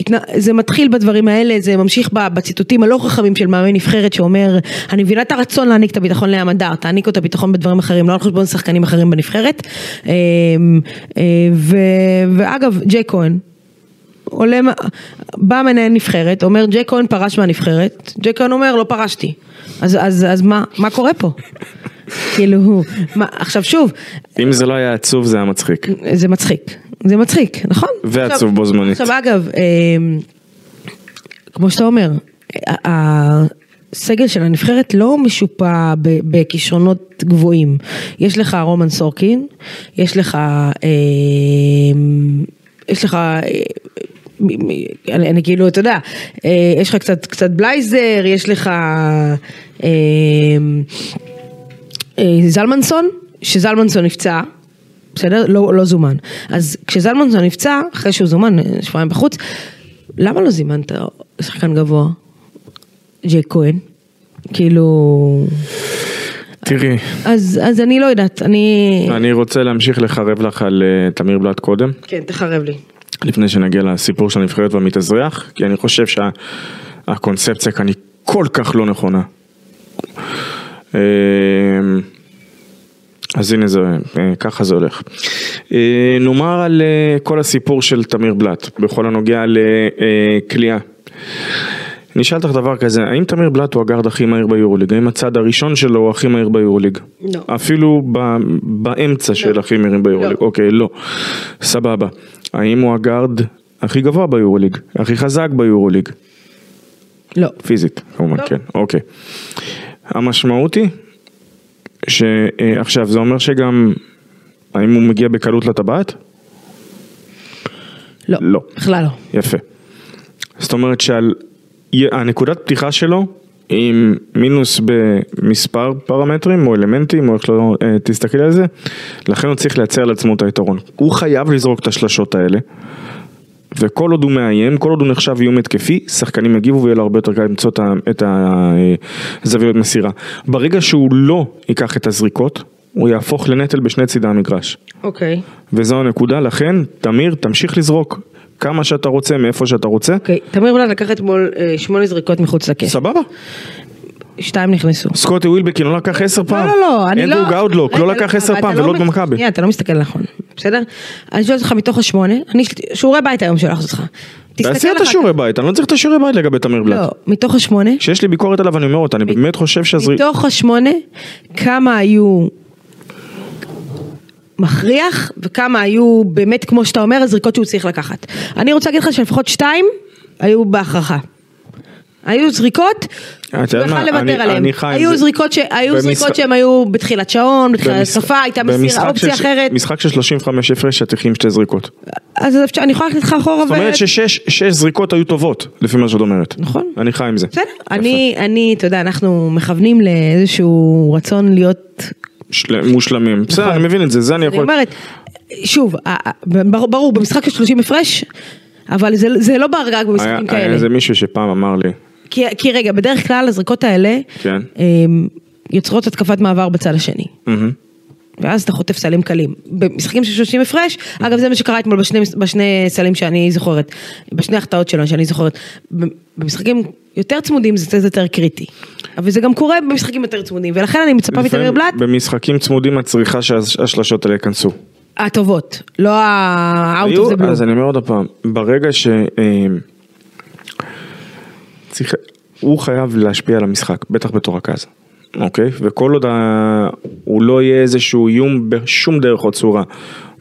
S2: התנה- זה מתחיל בדברים האלה, זה ממשיך ב- בציטוטים הלא חכמים של מאמן נבחרת שאומר, אני מבינה את הרצון להעניק את הביטחון לים הדר, תעניק לו את הביטחון בדברים אחרים, לא על חשבון שחקנים אחרים בנבחרת. אה, אה, ו, ואגב, ג'יי כהן. עולה, מ- בא מנהל נבחרת, אומר ג'ק כהן פרש מהנבחרת, ג'ק כהן אומר לא פרשתי. אז, אז, אז מה, מה קורה פה? כאילו, מה, עכשיו שוב,
S3: אם זה לא היה עצוב זה היה מצחיק.
S2: זה מצחיק, זה מצחיק, נכון?
S3: ועצוב
S2: עכשיו- אמ,
S3: בו זמנית.
S2: עכשיו אגב, אה, כמו שאתה אומר, ה- ה- הסגל של הנבחרת לא משופע ב- בכישרונות גבוהים. יש לך רומן סורקין, יש לך... אה, יש לך... אה, מ- מ- אני, אני כאילו, אתה יודע, אה, יש לך קצת, קצת בלייזר, יש לך... אה, אה, זלמנסון, שזלמנסון נפצע, בסדר? לא, לא זומן. אז כשזלמנסון נפצע, אחרי שהוא זומן, אה, שבועיים בחוץ, למה לא זימנת שחקן גבוה? ג'ק כהן. כאילו...
S3: תראי,
S2: אז, אז אני לא יודעת, אני...
S3: אני רוצה להמשיך לחרב לך על אה, תמיר בלאט קודם.
S2: כן, תחרב לי.
S3: לפני שנגיע לסיפור של הנבחרת והמתאזרח, כי אני חושב שהקונספציה כאן היא כל כך לא נכונה. אה, אז הנה זה, אה, ככה זה הולך. אה, נאמר על אה, כל הסיפור של תמיר בלאט, בכל הנוגע אה, לכליאה. נשאל אותך דבר כזה, האם תמיר בלאט הוא הגארד הכי מהיר ביורוליג? האם הצד הראשון שלו הוא הכי מהיר ביורוליג?
S2: לא.
S3: אפילו ב, באמצע של הכי מהירים ביורוליג.
S2: לא.
S3: אוקיי, לא. סבבה. האם הוא הגארד הכי גבוה ביורוליג? הכי חזק ביורוליג?
S2: לא.
S3: פיזית, כמובן,
S2: לא.
S3: כן. אוקיי. המשמעות היא שעכשיו, זה אומר שגם... האם הוא מגיע בקלות לטבעת?
S2: לא.
S3: לא.
S2: בכלל לא.
S3: יפה. זאת אומרת שהנקודת פתיחה שלו היא מינוס במספר פרמטרים או אלמנטים או איך שלא אה, תסתכל על זה, לכן הוא צריך לייצר לעצמו את היתרון. הוא חייב לזרוק את השלשות האלה, וכל עוד הוא מאיים, כל עוד הוא נחשב איום התקפי, שחקנים יגיבו ויהיה לו הרבה יותר קל למצוא את ה- את הזוויות מסירה. ברגע שהוא לא ייקח את הזריקות, הוא יהפוך לנטל בשני צידי המגרש.
S2: אוקיי.
S3: וזו הנקודה, לכן, תמיר, תמשיך לזרוק כמה שאתה רוצה, מאיפה שאתה רוצה.
S2: אוקיי, תמיר בלאט לקח אתמול אה, שמונה זריקות מחוץ לקש.
S3: סבבה.
S2: שתיים נכנסו.
S3: סקוטי ווילבקין לא לקח עשר פעם.
S2: לא, לא, לא, אני לא...
S3: אנדרו גאודלוק
S2: רגע,
S3: לא לקח עשר
S2: אבל
S3: פעם
S2: אתה
S3: ולא
S2: לא-
S3: במכבי.
S2: שנייה, אתה לא מסתכל נכון, בסדר? אני שואלת אותך מתוך השמונה, אני ש- שיעורי בית היום שלח אותך. תסתכל
S3: תעשי את
S2: אחר כך.
S3: השיעורי בית, אני לא צריך את השיעורי בית לגבי תמיר
S2: לא,
S3: בלאט.
S2: מתוך השמונה,
S3: כשיש לי ביקורת עליו אני אומר אותה, אני באמת חושב שהזריק...
S2: מתוך השמונה, כמה היו מכריח וכמה היו באמת, כמו שאתה אומר, הזריקות שהוא צריך לקחת. אני רוצה להגיד לך שלפחות שתיים היו בהכרחה. היו זריקות, הוא
S3: יודעת מה,
S2: יכל לוותר
S3: אני-
S2: עליהן.
S3: אני חי עם
S2: היו
S3: זה.
S2: זריקות ש- היו
S3: במשחק-
S2: זריקות שהן היו בתחילת שעון, בתחילת
S3: במשחק-
S2: התקפה, הייתה
S3: במשחק
S2: מסירה, אופציה
S3: של-
S2: אחרת.
S3: משחק של 35 הפרש שתיכים שתי זריקות. זאת
S2: אז אפשר- אני יכולה ללכת איתך אחורה ו...
S3: אומרת ששש שש זריקות היו טובות, לפי מה שאת אומרת.
S2: נכון.
S3: אני חי עם זה.
S2: בסדר, אני, אני, אתה יודע, אנחנו מכוונים לאיזשהו רצון להיות
S3: של- מושלמים. בסדר, אני מבין את זה, זה אני
S2: נכון. אני
S3: יכול...
S2: אומרת, שוב, ה- ה- ברור, ברור, במשחק יש 30 הפרש, אבל זה, זה לא בר גג
S3: היה-
S2: במשחקים
S3: היה
S2: כאלה.
S3: איזה מישהו שפעם אמר לי,
S2: כי, כי רגע, בדרך כלל הזריקות האלה
S3: כן.
S2: אמ, יוצרות התקפת מעבר בצד השני.
S3: מהמם.
S2: ואז אתה חוטף סלים קלים. במשחקים של 30 הפרש, אגב זה מה שקרה אתמול בשני, בשני סלים שאני זוכרת, בשני החטאות שלו שאני זוכרת. ב- במשחקים יותר צמודים זה קצת יותר קריטי. אבל זה גם קורה במשחקים יותר צמודים, ולכן אני מצפה מתמיר
S3: לפעמים
S2: בלאט,
S3: במשחקים צמודים את צריכה שהשלשות האלה ייכנסו.
S2: הטובות, לא ה-out
S3: היו-
S2: of the blue.
S3: אז אני אומר עוד פעם, ברגע ש... אה, צריך, הוא חייב להשפיע על המשחק, בטח בתור רכז, אוקיי? וכל עוד ה, הוא לא יהיה איזשהו איום בשום דרך או צורה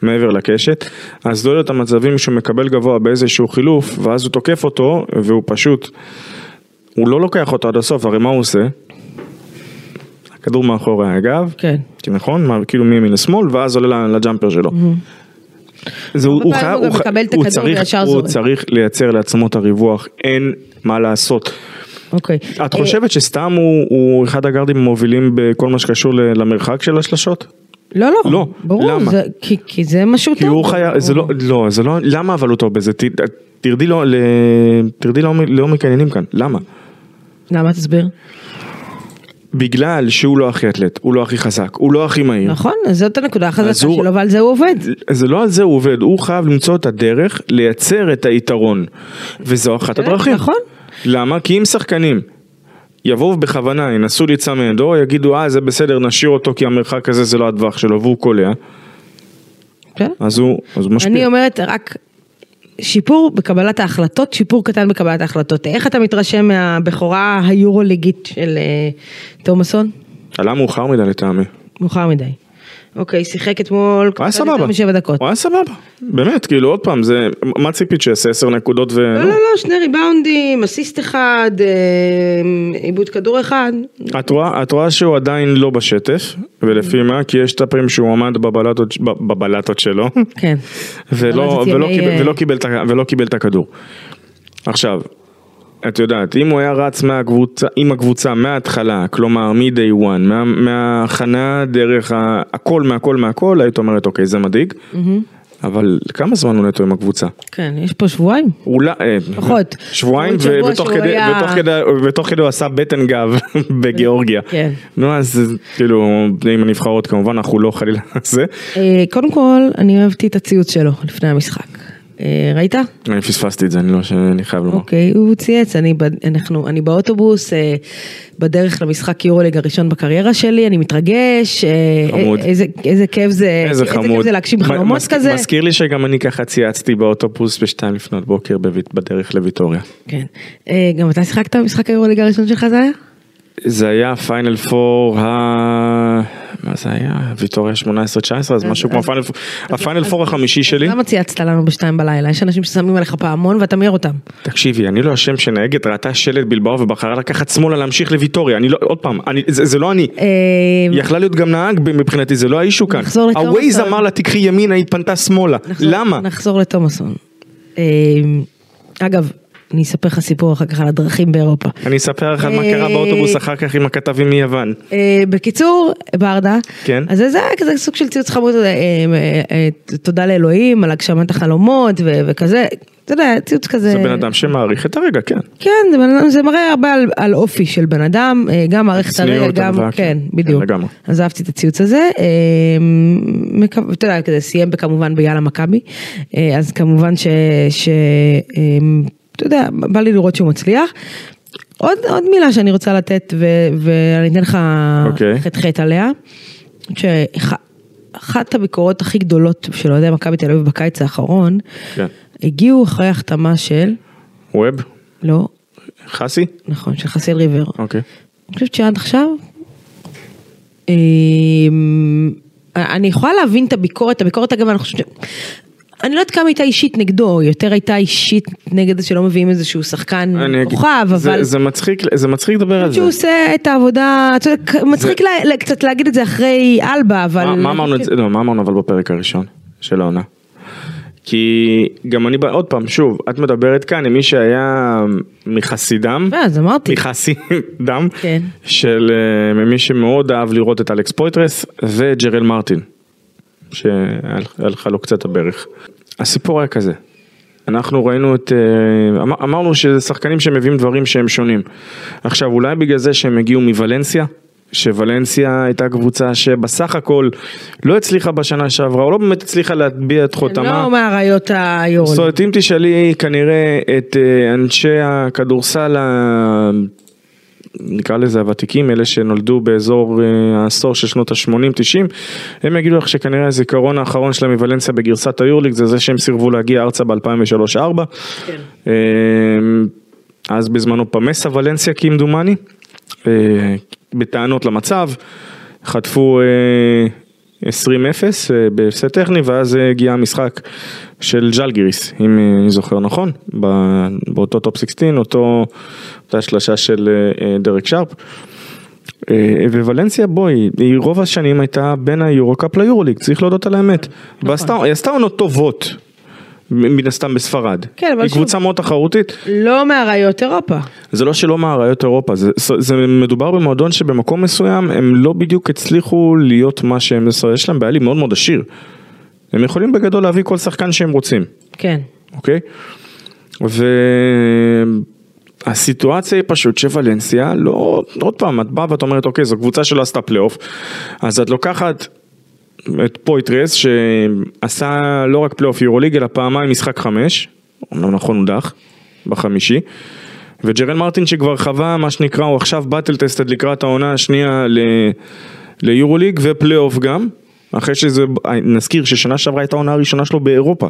S3: מעבר לקשת, אז לא יהיו את המצבים שהוא מקבל גבוה באיזשהו חילוף, ואז הוא תוקף אותו, והוא פשוט... הוא לא לוקח אותו עד הסוף, הרי מה הוא עושה? הכדור מאחורי הגב,
S2: כן.
S3: נכון? מה, כאילו מימין לשמאל, ואז עולה ל- לג'אמפר שלו. זה הוא, הוא
S2: פעמים
S3: חייב,
S2: הוא גם
S3: הוא, חי-
S2: מקבל את
S3: הוא
S2: הכדור
S3: צריך,
S2: וישר
S3: הוא
S2: זורק.
S3: צריך לייצר לעצמו את הריווח, אין מה לעשות.
S2: אוקיי.
S3: את חושבת שסתם הוא, הוא אחד הגארדים המובילים בכל מה שקשור ל- למרחק של השלשות?
S2: לא, לא.
S3: לא,
S2: ברור,
S3: למה?
S2: זה, כי, כי זה מה שהוא
S3: כי הוא חייב, זה לא, לא, זה לא, למה אבל הוא טוב בזה? ת- תרדי לא- ל- תרדי לא לעומק- לעומק העניינים כאן, למה?
S2: למה תסביר?
S3: בגלל שהוא לא הכי אתלט, הוא לא הכי חזק, הוא לא הכי מהיר.
S2: נכון, אז זאת הנקודה החזקה
S3: אז הוא-
S2: שלו, ועל זה הוא עובד.
S3: זה לא על זה הוא עובד, הוא חייב למצוא את הדרך לייצר את היתרון. וזו אחת
S2: כן,
S3: הדרכים.
S2: נכון.
S3: למה? כי אם שחקנים יבואו בכוונה, ינסו להיצמד, או יגידו, אה, זה בסדר, נשאיר אותו כי המרחק הזה זה לא הטווח שלו, והוא קולע,
S2: בסדר?
S3: אז הוא, אז הוא משפיע.
S2: כן? אני אומרת רק שיפור בקבלת ההחלטות, שיפור קטן בקבלת ההחלטות. איך אתה מתרשם מהבכורה היורוליגית של אה, תומאסון?
S3: עלה מאוחר מדי לטעמי.
S2: מאוחר מדי. אוקיי, שיחק אתמול
S3: הוא היה
S2: קצת יותר
S3: סבבה.
S2: משבע דקות.
S3: הוא היה סבבה. באמת, כאילו עוד פעם, זה... מה ציפית שיעשה 10 נקודות ו...
S2: לא, לא, לא, שני ריבאונדים, אסיסט אחד, אה, עיבוד כדור אחד.
S3: את רואה, את רואה שהוא עדיין לא בשטף, ולפי מה? כי יש את הפעמים שהוא עמד בבלטות, ב- בבלטות שלו,
S2: כן.
S3: ולא,
S2: בלטות
S3: ולא,
S2: ימי,
S3: קיבל,
S2: אה,
S3: ולא, קיבל, את ה- ולא קיבל את הכדור. עכשיו, את יודעת, אם הוא היה רץ מהקבוצה, עם הקבוצה מההתחלה, כלומר מ-day one, מה, מההכנה דרך ה, הכל מהכל מהכל, היית אומרת אוקיי זה מדאיג,
S2: Mm-hmm.
S3: אבל כמה זמן הוא נטו עם הקבוצה?
S2: כן, יש פה שבועיים.
S3: אולי, אה,
S2: פחות.
S3: שבועיים,
S2: עוד שבוע
S3: ובתוך
S2: שהוא
S3: כדי,
S2: היה-
S3: ותוך כדי, ותוך כדי הוא עשה בטן גב בגיאורגיה.
S2: כן.
S3: נו, אז כאילו, עם הנבחרות כמובן, אנחנו לא חלילה זה.
S2: אה, קודם כל, אני אהבתי את הציוץ שלו לפני המשחק. אה, ראית?
S3: אני פספסתי את זה, אני לא, ש- אני חייב לומר.
S2: אוקיי, הוא צייץ, אני, ב- אנחנו, אני באוטובוס, אה, בדרך למשחק יורוליג הראשון בקריירה שלי, אני מתרגש, אה,
S3: חמוד.
S2: אה, איזה, איזה כיף זה,
S3: איזה
S2: כיף
S3: חמוד.
S2: זה להגשים
S3: מ-
S2: חלומות
S3: מזכ-
S2: כזה.
S3: מזכיר לי שגם אני ככה צייצתי באוטובוס בשתיים לפנות בוקר בבית- בדרך לוויטוריה.
S2: כן. אה, גם אתה שיחקת במשחק היורוליג הראשון שלך זה היה?
S3: זה היה פיינל פור ה... מה זה היה? ויטוריה 18-19, אז משהו כמו פיינל פור, הפיינל פור החמישי שלי.
S2: למה צייצת לנו בשתיים בלילה? יש אנשים ששמים עליך פעמון ואתה מעיר אותם.
S3: תקשיבי, אני לא אשם שנהגת ראתה שלט בלבאו ובחרה לקחת שמאלה להמשיך לוויטוריה, אני לא, עוד פעם, אני, זה, זה לא אני.
S2: אה,
S3: היא יכלה להיות גם נהג מבחינתי, זה לא האישו כאן.
S2: נחזור לתומסון.
S3: הווייז אמר לה תיקחי ימינה, היא פנתה שמאלה.
S2: נחזור-
S3: למה?
S2: נחזור לתומאסון. אה, אגב, אני אספר לך סיפור אחר כך על הדרכים באירופה.
S3: אני אספר לך מה
S2: אה,
S3: קרה באוטובוס אחר כך עם הכתבים מיוון.
S2: אה, בקיצור, ברדה,
S3: כן.
S2: אז זה זה היה כזה סוג של ציוץ חמוד, אה, אה, אה, תודה לאלוהים על הגשמת החלומות ו- וכזה, אתה יודע, ציוץ כזה.
S3: זה בן אדם שמעריך את הרגע, כן.
S2: כן, זה, בן אדם, זה מראה הרבה על, על אופי של בן אדם, אה, גם מערכת
S3: צניעות,
S2: הרגע, גם,
S3: ענווה,
S2: כן,
S3: כן.
S2: בדיוק.
S3: כן, לגמרי.
S2: אז אהבתי את הציוץ הזה, אה, מקו- אתה יודע, כזה סיים כמובן ביאללה מכבי, אה, אז כמובן ש... ש אה, אתה יודע, בא לי לראות שהוא מצליח. עוד, עוד מילה שאני רוצה לתת, ו, ואני אתן לך
S3: אוקיי.
S2: חטחט עליה, שאחת הביקורות הכי גדולות של אוהדי מכבי תל אביב בקיץ האחרון,
S3: כן.
S2: הגיעו אחרי החתמה של,
S3: ווב?
S2: לא,
S3: חסי?
S2: נכון, של חסיל ריבר.
S3: אוקיי.
S2: אני חושבת שעד עכשיו, אמ, אני יכולה להבין את הביקורת, הביקורת אגב, אני חושבת ש... אני לא יודעת כמה הייתה אישית נגדו, יותר הייתה אישית נגד זה שלא מביאים איזשהו שחקן
S3: אני אגיד-
S2: אה, כוכב,
S3: זה-
S2: אבל...
S3: זה מצחיק, זה מצחיק לדבר על
S2: חושבת
S3: זה.
S2: שהוא עושה את העבודה, אתה יודע, מצחיק לה- לה- קצת להגיד את זה אחרי אלבה, אבל...
S3: מה- מה אמרנו את זה- לא, מה אמרנו אבל בפרק הראשון של העונה? כי גם אני, בא- עוד פעם, שוב, את מדברת כאן עם מי שהיה אה, מחסידם,
S2: ואז אמרתי,
S3: מחסידם,
S2: כן.
S3: של אה, ממי שמאוד אהב לראות את אלכס פויטרס וג'רל מרטין, שהלכה לו קצת הברך. הסיפור היה כזה, אנחנו ראינו את, אה, אמר- אמרנו שזה שחקנים שמביאים דברים שהם שונים. עכשיו אולי בגלל זה שהם הגיעו מוולנסיה, שוולנסיה הייתה קבוצה שבסך הכל לא הצליחה בשנה שעברה, או לא באמת הצליחה להטביע את חותמה.
S2: לא מהראיות היורל.
S3: זאת אומרת, אם תשאלי כנראה את אה, אנשי הכדורסל, ה- נקרא לזה הוותיקים, אלה שנולדו באזור אה, העשור של שנות ה-80-90, הם יגידו לך שכנראה הזיכרון האחרון שלהם מוולנסיה בגרסת היורליג זה זה שהם סירבו להגיע ארצה ב-2003-2004. אז בזמנו פמסה ולנסיה כמדומני, אה, בטענות למצב, חטפו אה, 20-0 אה, בהפסד טכני ואז אה, הגיע המשחק של ז'לגיריס, אם אה, אני זוכר נכון, ב- באותו טופ 16, אותו, אותה שלשה של אה, אה, דרק שרפ. אה, ווולנסיה בואי, היא רוב השנים הייתה בין היורו-קאפ ליורוליג, צריך להודות על האמת.
S2: נכון.
S3: ועשתה- היא עשתה עונות טובות, מ- מן הסתם בספרד.
S2: כן, אבל
S3: היא
S2: שוב-
S3: קבוצה מאוד תחרותית,
S2: לא מהראיות אירופה.
S3: זה לא שלא מאריות אירופה, זה, זה מדובר במועדון שבמקום מסוים הם לא בדיוק הצליחו להיות מה שהם, יש להם בעלים מאוד מאוד עשיר. הם יכולים בגדול להביא כל שחקן שהם רוצים,
S2: כן.
S3: אוקיי? והסיטואציה היא פשוט שוולנסיה, לא, עוד פעם, את באה ואת אומרת, אוקיי, זו קבוצה שלא עשתה פלייאוף, אז את לוקחת את פויטרס שעשה לא רק פלייאוף יורוליג אלא פעמיים משחק חמש, אמנם נכון הודח, בחמישי, וג'רל מרטין שכבר חווה מה שנקרא הוא עכשיו באטל טסט עד לקראת העונה השנייה ל... ליורוליג ופלייאוף גם, אחרי שזה, נזכיר ששנה שעברה הייתה העונה הראשונה שלו באירופה.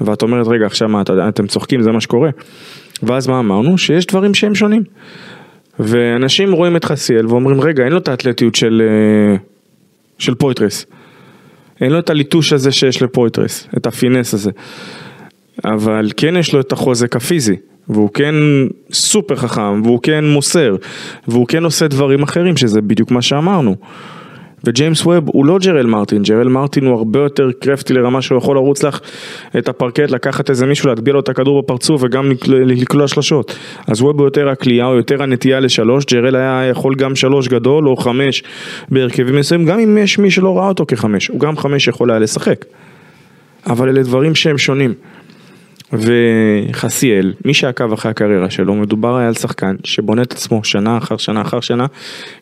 S3: ואת אומרת רגע עכשיו מה את- אתם צוחקים זה מה שקורה. ואז מה אמרנו? שיש דברים שהם שונים. ואנשים רואים את חסיאל ואומרים רגע אין לו את האתלטיות של, אה, של פויטרס. אין לו את הליטוש הזה שיש לפויטרס, את הפינס הזה. אבל כן יש לו את החוזק הפיזי, והוא כן סופר חכם, והוא כן מוסר, והוא כן עושה דברים אחרים, שזה בדיוק מה שאמרנו. וג'יימס ווב הוא לא ג'רל מרטין, ג'רל מרטין הוא הרבה יותר קרפטי לרמה שהוא יכול לרוץ לך את הפרקט, לקחת איזה מישהו, להטביע לו את הכדור בפרצוף וגם לקל- לקלוע שלשות. אז ווב הוא יותר הקליעה, הוא יותר הנטייה לשלוש, ג'רל היה יכול גם שלוש גדול או חמש בהרכבים מסוימים, גם אם יש מי שלא ראה אותו כחמש, הוא גם חמש יכול היה לשחק. אבל אלה דברים שהם שונים. וחסיאל, מי שעקב אחרי הקריירה שלו, מדובר היה על שחקן שבונה את עצמו שנה אחר שנה אחר שנה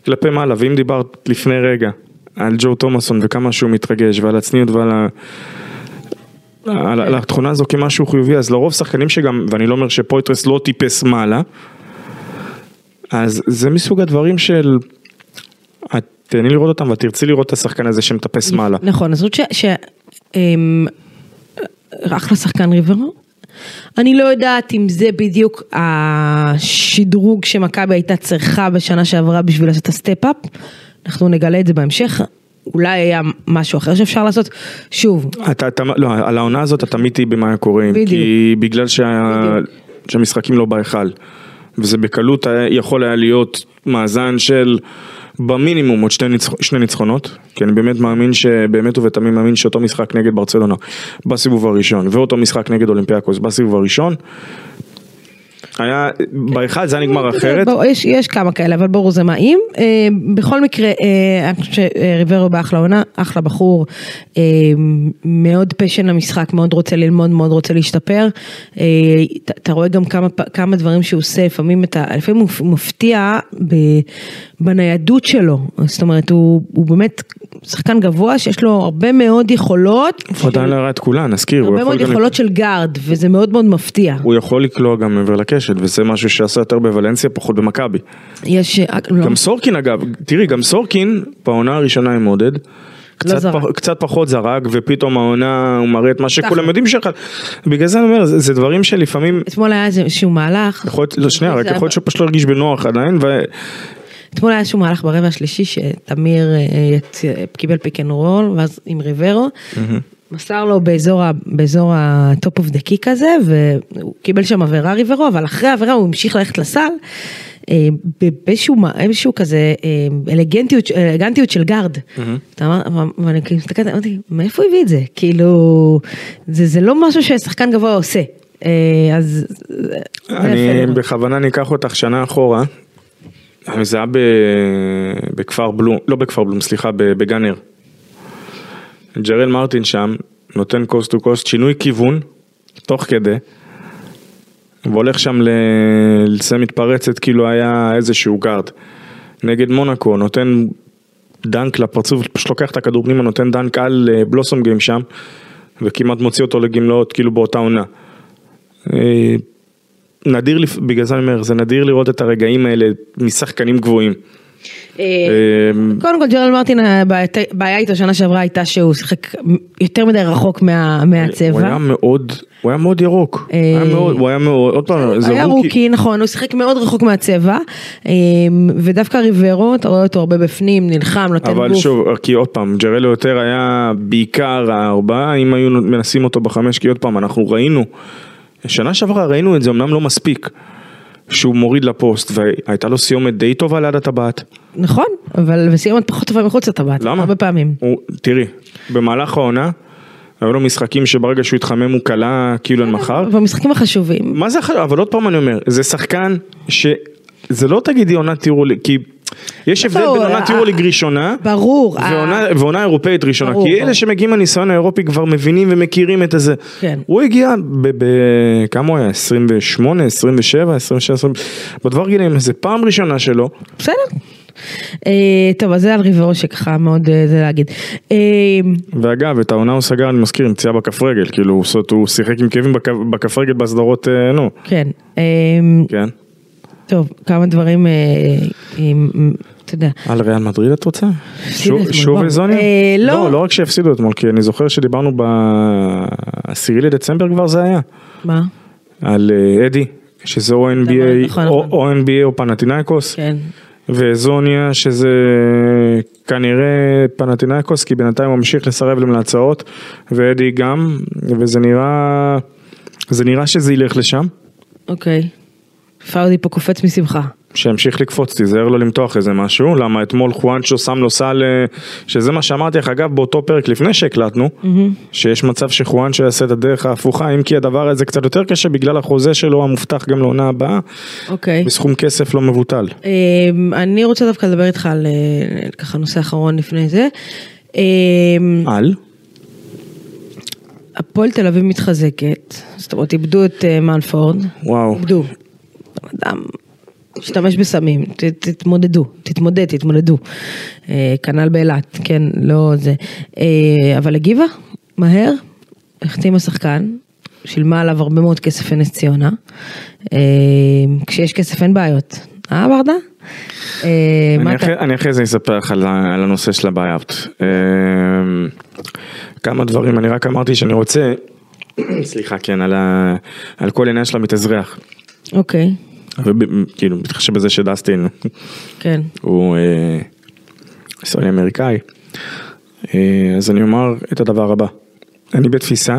S3: כלפי מעלה, ואם דיברת לפני רגע על ג'ו תומאסון וכמה שהוא מתרגש ועל הצניעות ועל ה... על, על התכונה הזו כמשהו חיובי, אז לרוב שחקנים שגם, ואני לא אומר שפויטרס לא טיפס מעלה, אז זה מסוג הדברים של... את תהני לראות אותם ואת תרצי לראות את השחקן הזה שמטפס מעלה.
S2: נכון, אז זאת ש... ש אמ, אחלה שחקן ריברו. אני לא יודעת אם זה בדיוק השדרוג שמכבי הייתה צריכה בשנה שעברה בשביל לעשות את הסטפ-אפ. אנחנו נגלה את זה בהמשך. אולי היה משהו אחר שאפשר לעשות. שוב,
S3: אתה, אתה, לא, על העונה הזאת אתה תמיד תהיי במה קורה,
S2: בדיוק.
S3: כי בגלל שה,
S2: בדיוק.
S3: שהמשחקים לא בהיכל, וזה בקלות היה, יכול היה להיות מאזן של במינימום עוד שני, ניצח, שני ניצחונות, כי אני באמת מאמין, שבאמת ובתמים מאמין שאותו משחק נגד ברצלונה בסיבוב הראשון, ואותו משחק נגד אולימפיאקוס בסיבוב הראשון, היה, בהיכל זה היה נגמר אחרת,
S2: בוא, יש, יש כמה כאלה, אבל ברור זה מה אם. אה, בכל מקרה, אה, אני חושבת שריברו באחלה עונה, אחלה בחור, אה, מאוד פשן למשחק, מאוד רוצה ללמוד, מאוד רוצה להשתפר. אה, אתה- אתה רואה גם כמה, פ- כמה דברים שהוא עושה, לפעמים, אתה, לפעמים הוא מפתיע ב, בניידות שלו. זאת אומרת, הוא, הוא באמת שחקן גבוה שיש לו הרבה מאוד יכולות,
S3: הוא עדיין לא הראה את כולן, נזכיר, הוא
S2: הרבה
S3: יכול
S2: מאוד
S3: גם-
S2: יכולות של גארד, וזה מאוד מאוד מפתיע.
S3: הוא יכול לקלוע גם מעבר לקשת, וזה משהו שעשה יותר בוולנסיה, פחות במכבי.
S2: יש... אה, לא,
S3: גם סורקין אגב, תראי, גם סורקין בעונה הראשונה עם עודד, קצת,
S2: לא זרק.
S3: פח, קצת פחות זרק, ופתאום העונה הוא מראה את מה
S2: ככה.
S3: שכולם יודעים שלך. בגלל זה אני אומר, זה, זה דברים שלפעמים,
S2: אתמול היה איזשהו מהלך.
S3: יכול להיות, לא, שנייה,
S2: זה
S3: רק
S2: היה-
S3: יכול להיות שהוא פשוט לא הרגיש בנוח עדיין,
S2: אתמול היה איזשהו מהלך ברבע השלישי שתמיר אה, יצ... קיבל פיק אנד רול ואז עם ריברו. מסר לו באזור, ה- באזור הטופ אוף דה קיק הזה והוא קיבל שם עבירה ריברו אבל אחרי העבירה הוא המשיך ללכת לסל. אה, ב- באיזשהו מה- איזשהו כזה אה, אלגנטיות, ש- אלגנטיות של גארד. אתה אמר, אמר- ואני כאילו מסתכלת, אמרתי, מאיפה הוא הביא את זה? כאילו, זה, זה לא משהו ששחקן גבוה עושה. אה, אז... זה נכון. יפה
S3: ואני
S2: לראות.
S3: בכוונה ניקח אותך שנה אחורה. זה היה ב... בכפר בלום, לא בכפר בלום, סליחה, ב- בגן ער. ג'רל מרטין שם, נותן קוסט טו קוסט, שינוי כיוון, תוך כדי, והולך שם ל- לסיים מתפרצת כאילו היה איזשהו גארד. נגד מונאקו, נותן דנק לפרצוף, פשוט לוקח את הכדור פנימה, נותן דנק על אה, בלוסום גיים שם, וכמעט מוציא אותו לגמלאות, כאילו באותה עונה. אה, נדיר, לפ- בגלל זה אני אומר, זה נדיר לראות את הרגעים האלה משחקנים גבוהים.
S2: אה,
S3: אה,
S2: קודם כל ג'רל מרטין, הבעייתי- הבעיה איתו שנה שעברה הייתה שהוא שיחק יותר מדי רחוק מה-
S3: הוא היה
S2: מהצבע.
S3: מאוד, הוא היה מאוד ירוק.
S2: אה,
S3: היה מאוד- הוא היה מאוד, עוד פעם, זה
S2: היה
S3: רוקי.
S2: רוקי, נכון, הוא שיחק מאוד רחוק מהצבע, אה, ודווקא ריברו, אתה רואה אותו הרבה בפנים, נלחם, נותן גוף.
S3: אבל שוב, כי עוד פעם, ג'רלו יותר היה בעיקר הארבעה, אם היו מנסים אותו בחמש, כי עוד פעם, אנחנו ראינו, שנה שעברה ראינו את זה, אמנם לא מספיק, שהוא מוריד לפוסט, והייתה לו סיומת די טובה ליד הטבעת.
S2: נכון, אבל וסיומת פחות טובה מחוץ לטבעת,
S3: למה?
S2: הרבה פעמים.
S3: הוא, תראי, במהלך העונה, היו לו משחקים שברגע שהוא התחמם הוא קלע כאילו אין מחר.
S2: כן, במשחקים החשובים,
S3: מה זה חשוב? אבל עוד פעם אני אומר, זה שחקן ש... זה לא תגידי עונת יורוליג, כי יש הבדל
S2: לא,
S3: בין
S2: אה,
S3: עונת יורוליג ראשונה,
S2: ברור,
S3: ועונה-
S2: אה.
S3: ועונה אירופאית ראשונה,
S2: ברור,
S3: כי
S2: ברור.
S3: אלה שמגיעים מהניסיון האירופי כבר מבינים ומכירים את הזה.
S2: כן.
S3: הוא הגיע ב... ב- כמה הוא היה? 28, 27, 26, 20, בדבר גילים, זה פעם ראשונה שלו,
S2: בסדר. אה, טוב, אז זה על ריברו שככה מאוד אה, זה להגיד. אה,
S3: ואגב, את העונה הוא סגר, אני מזכיר, עם פציעה בכף רגל, כאילו, הוא עושה- הוא שיחק עם כאבים בכף- בכף רגל בסדרות, אה, נו,
S2: כן, אה,
S3: כן.
S2: טוב, כמה דברים, אה, עם- אתה יודע.
S3: על ריאל מדריד את רוצה? שוב-
S2: אתמול,
S3: שוב
S2: בוא.
S3: לזוניה?
S2: אה, לא.
S3: לא, לא רק שהפסידו אתמול, כי אני זוכר שדיברנו ב-10 לדצמבר כבר זה היה,
S2: מה?
S3: על אה, אדי, שזה או NBA
S2: נכון,
S3: או-
S2: נכון.
S3: או NBA או פנטינאיקוס.
S2: כן.
S3: וזוניה, שזה כנראה פנטינקוס, כי בינתיים הוא ממשיך לסרב להם להצעות, ואדי גם, וזה נראה, זה נראה שזה ילך לשם,
S2: אוקיי. פאודי פה קופץ משמחה.
S3: שימשיך לקפוץ, תיזהר לו למתוח איזה משהו, למה אתמול חואנצ'ו שם לו סל, אה, שזה מה שאמרתי לך, אגב, באותו פרק לפני שהקלטנו, שיש מצב שחואנצ'ו יעשה את הדרך ההפוכה, אם כי הדבר הזה קצת יותר קשה בגלל החוזה שלו המובטח גם לעונה הבאה,
S2: אוקיי.
S3: בסכום כסף לא מבוטל.
S2: אמ, אני רוצה דווקא לדבר איתך על אה, ככה נושא אחרון לפני זה. אמ,
S3: על?
S2: הפועל תל אביב מתחזקת, זאת אומרת איבדו את אה, מנפורד.
S3: וואו.
S2: איבדו. בן אדם משתמש בסמים, ת, תתמודדו, תתמודד, תתמודדו. אה, כנ"ל באילת, כן, לא זה. אה, אבל הגיבה, מהר, החתימה שחקן, שילמה עליו הרבה מאוד כסף לנס ציונה. אה, כשיש כסף אין בעיות. אה ברדה? אה, מה
S3: אני
S2: אתה-
S3: אחרי- אני אחרי זה אספר לך על ה- על הנושא של הבעיות. כמה דברים, אני רק אמרתי שאני רוצה, סליחה, כן, על ה- על כל עניין של המתאזרח.
S2: אוקיי,
S3: וכאילו, מתחשב בזה שדסטין
S2: כן.
S3: הוא אה, ישראלי אמריקאי. אה, אז אני אומר את הדבר הבא, אני בתפיסה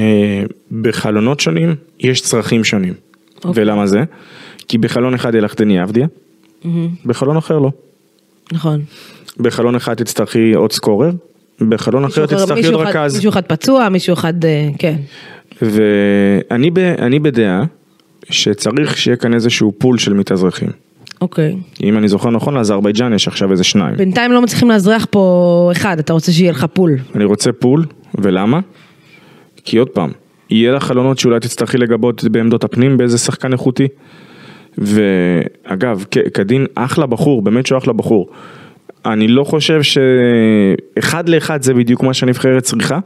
S3: שבחלונות שונים יש צרכים שונים.
S2: אוקיי.
S3: ולמה זה? כי בחלון אחד ילך דני עבדיה,
S2: מהמם,
S3: בחלון אחר לא.
S2: נכון.
S3: בחלון אחד תצטרכי עוד סקורר, בחלון אחר
S2: מישהו אחר-
S3: תצטרכי
S2: מישהו
S3: עוד
S2: אחד-
S3: רכז.
S2: מישהו אחד פצוע, מישהו אחד, אה, כן.
S3: ואני ב- אני בדעה שצריך שיהיה כאן איזשהו פול של מתאזרחים.
S2: אוקיי.
S3: אם אני זוכר נכון, לאזרבייג'אן יש עכשיו איזה שניים.
S2: בינתיים לא מצליחים לאזרח פה אחד, אתה רוצה שיהיה לך פול.
S3: אני רוצה פול, ולמה? כי עוד פעם, יהיה לך חלונות שאולי תצטרכי לגבות בעמדות הפנים באיזה שחקן איכותי. ואגב, ק- קדין אחלה בחור, באמת שהוא אחלה בחור. אני לא חושב שאחד לאחד זה בדיוק מה שהנבחרת צריכה.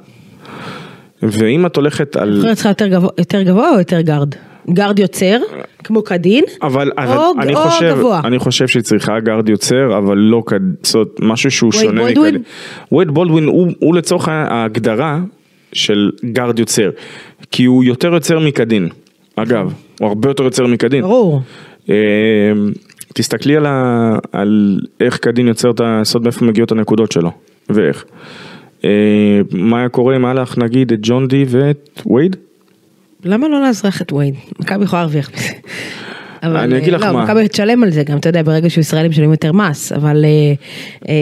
S3: ואם את הולכת על...
S2: נבחרת צריכה יותר גבוה- יותר גבוה או יותר גארד? גארד יוצר, כמו קדין,
S3: אבל
S2: או-
S3: אני
S2: או
S3: חושב,
S2: גבוה.
S3: אני חושב שהיא צריכה גארד יוצר, אבל לא כד... זאת אומרת, משהו שהוא
S2: וייד
S3: שונה.
S2: בולדווין?
S3: מכאלה. וייד בולדווין הוא, הוא לצורך ההגדרה של גארד יוצר, כי הוא יותר יוצר מקדין. אגב, הוא הרבה יותר יוצר מקדין.
S2: ברור.
S3: אה, תסתכלי על, ה, על איך קדין יוצר את הסוד, מאיפה מגיעות הנקודות שלו, ואיך. אה, מה היה קורה אם היה לך נגיד את ג'ון די ואת וייד?
S2: למה לא לאזרח את וייד? מכבי יכולה להרוויח מזה. אבל,
S3: אני אגיד
S2: אה,
S3: לך
S2: לא,
S3: מה.
S2: מכבי תשלם על זה גם, אתה יודע, ברגע שישראלים משלמים יותר מס, אבל אה, אה,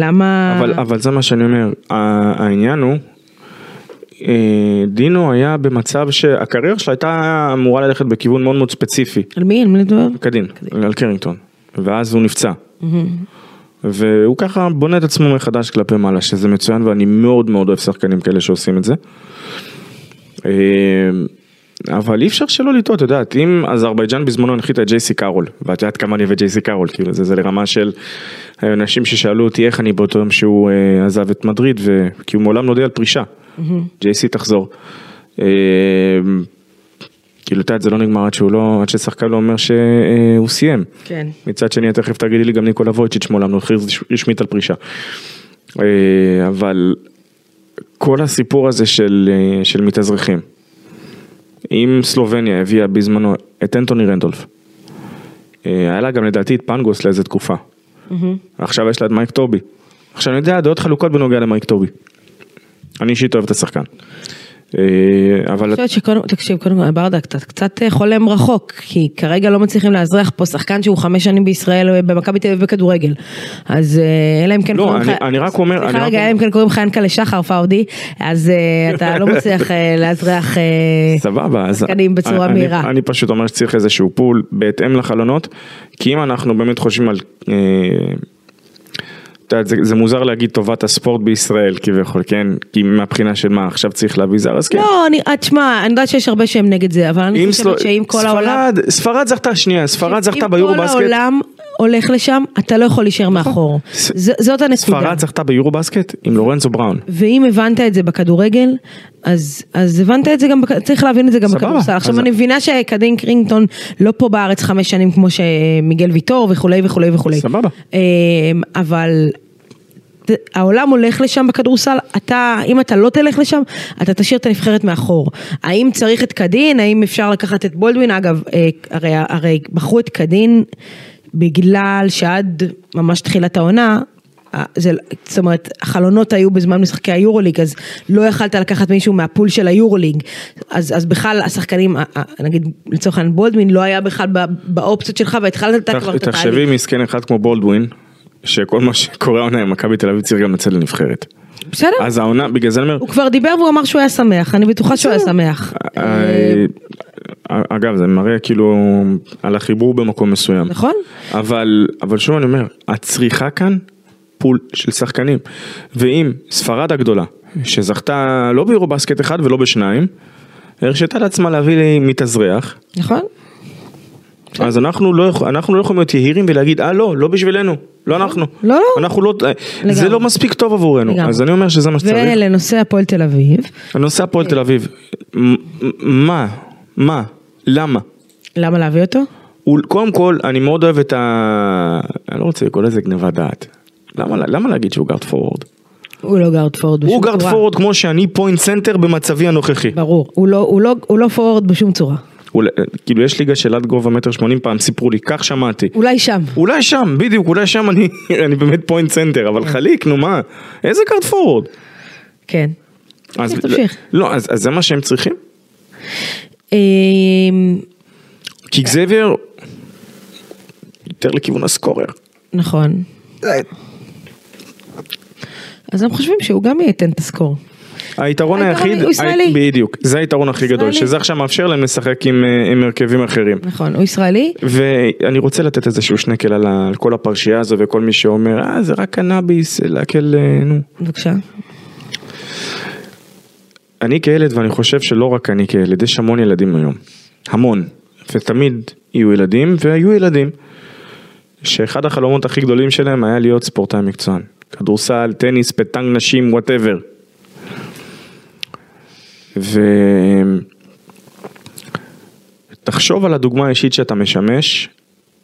S2: למה...
S3: אבל, אבל זה מה שאני אומר, ה- העניין הוא, אה, דינו היה במצב שהקריירה שלה הייתה אמורה ללכת בכיוון מאוד מאוד ספציפי,
S2: על מי? על מי לדבר?
S3: קדין, על קרינגטון, ואז הוא נפצע. והוא ככה בונה את עצמו מחדש כלפי מעלה, שזה מצוין ואני מאוד מאוד אוהב שחקנים כאלה שעושים את זה. אה, אבל אי אפשר שלא לטעות, את יודעת, אם אזרבייג'אן בזמנו הנחית את ג'ייסי קארול, ואת יודעת כמה אני וג'ייסי קארול, כאילו זה, זה לרמה של אה, אנשים ששאלו אותי איך אני באותו יום שהוא אה, עזב את מדריד, ו... כי הוא מעולם לא הודיע על פרישה, ג'ייסי תחזור. אה, כאילו, את יודעת, זה לא נגמר עד שהוא לא, עד ששחקן לא אומר שהוא סיים.
S2: כן.
S3: מצד שני, את תכף תגידי לי גם ניקולה וויצ'יץ' מעולם לא הכריז רשמית על פרישה. אה, אבל כל הסיפור הזה של, אה, של מתאזרחים, אם סלובניה הביאה בזמנו את אנטוני רנדולף, אה, היה לה גם לדעתי את פנגוס לאיזה תקופה, עכשיו יש לה את מייק טובי. עכשיו אני יודע, הדעות חלוקות בנוגע למייק טובי. אני אישית אוהב את השחקן. אה, אבל...
S2: אני חושבת שקודם, תקשיב, קודם כל, ברדה, אתה קצת אה, חולם רחוק, כי כרגע לא מצליחים לאזרח פה שחקן שהוא חמש שנים בישראל אה, במכבי תל אביב בכדורגל. אז אה, אלא אם כן
S3: לא,
S2: קוראים
S3: אני- אני רק אומר- אני
S2: סליחה
S3: רק
S2: רגע,
S3: אומר-
S2: אלא אם כן קוראים לך ינקלה שחר פאודי, אז אה, אתה לא מצליח אה, לאזרח... אה,
S3: סבבה, אז
S2: שחקנים בצורה
S3: אני-
S2: מהירה.
S3: אני פשוט אומר שצריך איזשהו פול בהתאם לחלונות, כי אם אנחנו באמת חושבים על... אה, את יודעת, זה, זה מוזר להגיד טובת הספורט בישראל כביכול, כן? כי מהבחינה של מה, עכשיו צריך להביא זר, אז כן.
S2: לא, אני, אה, תשמע, אני יודעת שיש הרבה שהם נגד זה, אבל אני
S3: אם
S2: חושבת
S3: סלו-
S2: שאם כל העולם...
S3: ספרד, ספרד זכתה, שנייה, ספרד זכתה
S2: אם
S3: ביורו
S2: כל
S3: בסקט, נכון.
S2: העולם אוקיי. הולך לשם, אתה לא יכול להישאר מאחור.
S3: ס-
S2: ז- זאת הנקודה.
S3: ספרד זכתה ביורו בסקט עם לורנזו בראון.
S2: ואם הבנת את זה בכדורגל, אז, אז הבנת את זה גם, בכ- צריך להבין את זה גם
S3: סבבה,
S2: בכדורסל. עכשיו
S3: אז-
S2: אני מבינה שקדין קרינגטון לא פה בארץ חמש שנים כמו שמיגל ויטור וכולי וכולי וכולי.
S3: סבבה.
S2: אמ, אבל ת- העולם הולך לשם בכדורסל, אתה, אם אתה לא תלך לשם, אתה תשאיר את הנבחרת מאחור. האם צריך את קדין, האם אפשר לקחת את בולדווין, אגב, אה, הרי, הרי בחרו את קדין בגלל שעד ממש תחילת העונה, אה, זה, זאת אומרת, החלונות היו בזמן משחקי היורוליג, אז לא יכלת לקחת מישהו מהפול של היורוליג. אז, אז בכלל השחקנים, אה, אה, נגיד לצורך העניין בולדמין, לא היה בכלל ב- באופציות שלך, והתחלת אתה
S3: תח-
S2: כבר את
S3: תחשבי
S2: התהליך.
S3: מסכן אחד כמו בולדווין, שכל מה שקורה העונה עם מכבי תל אביב צריך גם לצאת לנבחרת.
S2: בסדר,
S3: אז העונה, בגלל זה אני אומר,
S2: הוא כבר דיבר והוא אמר שהוא היה שמח, אני בטוחה שהוא היה שמח.
S3: אה, אגב זה מראה כאילו על החיבור במקום מסוים.
S2: נכון.
S3: אבל, אבל שוב אני אומר, הצריכה כאן פול של שחקנים. ואם ספרד הגדולה, שזכתה לא ביורובסקט אחד ולא בשניים, הרשתה לעצמה להביא לי מתאזרח,
S2: נכון? כן.
S3: אז אנחנו לא, יכול- אנחנו לא יכולים להיות יהירים ולהגיד, אה לא, לא בשבילנו, לא אנחנו.
S2: לא, לא.
S3: אנחנו לא, זה לא מספיק טוב עבורנו.
S2: לגמרי.
S3: אז אני אומר שזה מה שצריך.
S2: ולנושא הפועל תל אביב,
S3: הנושא
S2: כן.
S3: הפועל תל אביב, מ- מ- מה? מה? למה?
S2: למה להביא אותו?
S3: הוא- קודם כל, אני מאוד אוהב את ה... אני לא רוצה לקרוא לזה גניבת דעת. למה, למה להגיד שהוא גארד פורוורד?
S2: הוא לא גארד פורד בשום
S3: הוא
S2: צורה.
S3: גארד פורוורד כמו שאני פוינט סנטר במצבי הנוכחי.
S2: ברור, הוא לא, הוא, לא, הוא לא פורד בשום צורה.
S3: אולי- כאילו יש ליגה של עד גובה מטר שמונים פעם סיפרו לי, כך שמעתי.
S2: אולי שם.
S3: אולי שם, בדיוק, אולי שם אני, אני באמת פוינט סנטר, אבל חליק, נו מה? איזה גארד פורוורד?
S2: כן.
S3: אז-
S2: תמשיך.
S3: לא, אז אז זה מה שהם צריכים?
S2: אמ,
S3: כי גזייבר יותר לכיוון הסקורר.
S2: נכון. אז הם חושבים שהוא גם ייתן את הסקור.
S3: היתרון
S2: היתרון
S3: היחיד,
S2: הוא ישראלי.
S3: בדיוק, זה היתרון הכי גדול,
S2: ישראלי.
S3: שזה עכשיו מאפשר להם לשחק עם, אה, עם הרכבים אחרים.
S2: נכון, הוא ישראלי?
S3: ואני רוצה לתת איזשהו שנקל על, ה- על כל הפרשייה הזו וכל מי שאומר, אה זה רק קנאביס, להקל, אה, נו.
S2: בבקשה.
S3: אני כילד ואני חושב שלא רק אני כילד, יש המון ילדים היום. המון. ותמיד יהיו ילדים, והיו ילדים. שאחד החלומות הכי גדולים שלהם היה להיות ספורטאי מקצוען. כדורסל, טניס, פטנג נשים, וואטאבר. ו... תחשוב על הדוגמה האישית שאתה משמש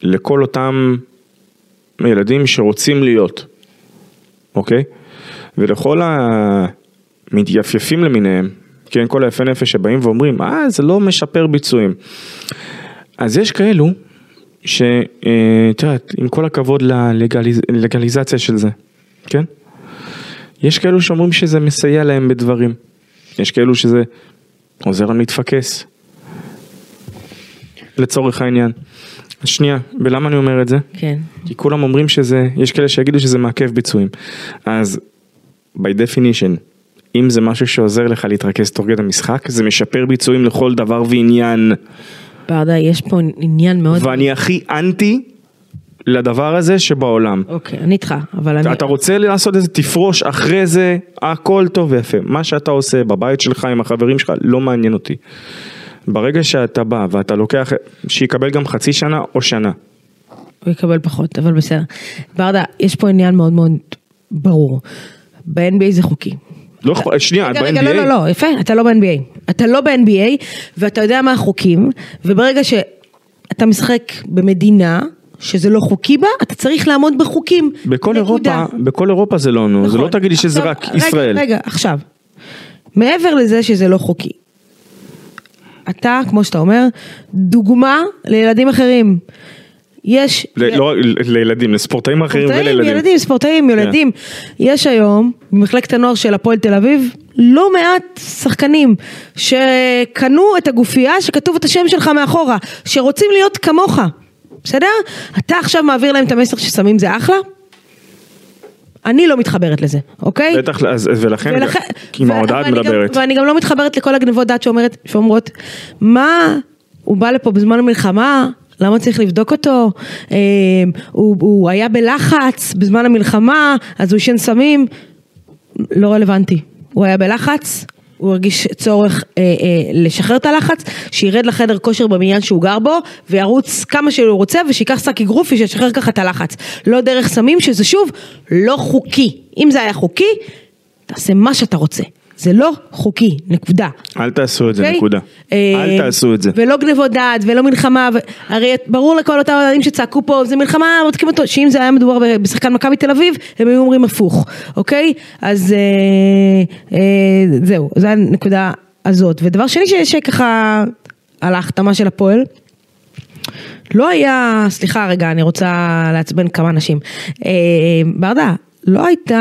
S3: לכל אותם ילדים שרוצים להיות, אוקיי? ולכל המתייפייפים למיניהם, כן, כל היפי נפש שבאים ואומרים, אה, זה לא משפר ביצועים. אז יש כאלו, שאת יודעת, עם כל הכבוד ללגליזציה של זה, כן? יש כאלו שאומרים שזה מסייע להם בדברים, יש כאלו שזה עוזר להם להתפקס, לצורך העניין. אז שנייה, ולמה אני אומר את זה?
S2: כן.
S3: כי כולם אומרים שזה, יש כאלה שיגידו שזה מעכב ביצועים. אז by definition, אם זה משהו שעוזר לך להתרכז תוך כדי המשחק, זה משפר ביצועים לכל דבר ועניין.
S2: אוקיי. ברדה, יש פה עניין מאוד...
S3: ואני הכי אנטי לדבר הזה שבעולם.
S2: אוקיי, אני איתך, אבל אני...
S3: אתה רוצה לעשות איזה תפרוש אחרי זה, הכל טוב ויפה. מה שאתה עושה בבית שלך עם החברים שלך לא מעניין אותי. ברגע שאתה בא ואתה לוקח, שיקבל גם חצי שנה או שנה.
S2: הוא יקבל פחות, אבל בסדר. ברדה, יש פה עניין מאוד מאוד ברור. ב-NBA זה חוקי.
S3: לא אכפת, שנייה, את
S2: רגע, רגע, לא, לא,
S3: ב-NBA?
S2: לא, יפה, אתה לא ב-NBA. אתה לא ב-NBA, ואתה יודע מה החוקים, וברגע שאתה משחק במדינה שזה לא חוקי בה, אתה צריך לעמוד בחוקים.
S3: בכל
S2: נקודה.
S3: אירופה, בכל אירופה זה לא נו, זה
S2: נכון.
S3: לא תגידי שזה
S2: עכשיו,
S3: רק ישראל.
S2: רגע, רגע, עכשיו. מעבר לזה שזה לא חוקי. אתה, כמו שאתה אומר, דוגמה לילדים אחרים. יש...
S3: ל- לא רק ל- לילדים, לספורטאים אחרים
S2: ספורטאים,
S3: ולילדים. כן.
S2: ילדים, ספורטאים, ילדים. יש היום, במחלקת הנוער של הפועל תל אביב, לא מעט שחקנים שקנו את הגופייה שכתוב את השם שלך מאחורה, שרוצים להיות כמוך, בסדר? אתה עכשיו מעביר להם את המסר שסמים זה אחלה? אני לא מתחברת לזה, אוקיי?
S3: בטח, אז- אז ולכן,
S2: ולכן-
S3: כי עם
S2: ו-
S3: ההודעה את
S2: ואני גם-
S3: מדברת.
S2: ואני גם לא מתחברת לכל הגנבות דעת שאומרת, שאומרות, מה, הוא בא לפה בזמן המלחמה, למה צריך לבדוק אותו? אה, הוא, הוא היה בלחץ בזמן המלחמה, אז הוא עישן סמים. לא רלוונטי. הוא היה בלחץ, הוא הרגיש צורך אה, אה, לשחרר את הלחץ, שירד לחדר כושר בבניין שהוא גר בו, וירוץ כמה שהוא רוצה, ושייקח שק אגרופי שישחרר ככה את הלחץ. לא דרך סמים, שזה שוב לא חוקי. אם זה היה חוקי, תעשה מה שאתה רוצה. זה לא חוקי, נקודה.
S3: אל תעשו את זה,
S2: אוקיי?
S3: נקודה.
S2: אה,
S3: אל תעשו את זה.
S2: ולא גנבות דעת, ולא מלחמה, ו... הרי ברור לכל אותם אוהדים שצעקו פה, זה מלחמה, בודקים אותו, שאם זה היה מדובר ב- בשחקן מכבי תל אביב, הם היו אומרים הפוך, אוקיי? אז אה, אה, זהו, זו הנקודה הזאת. ודבר שני ש- שככה, על ההחתמה של הפועל, לא היה, סליחה רגע, אני רוצה לעצבן כמה אנשים. אה, ברדה, לא הייתה,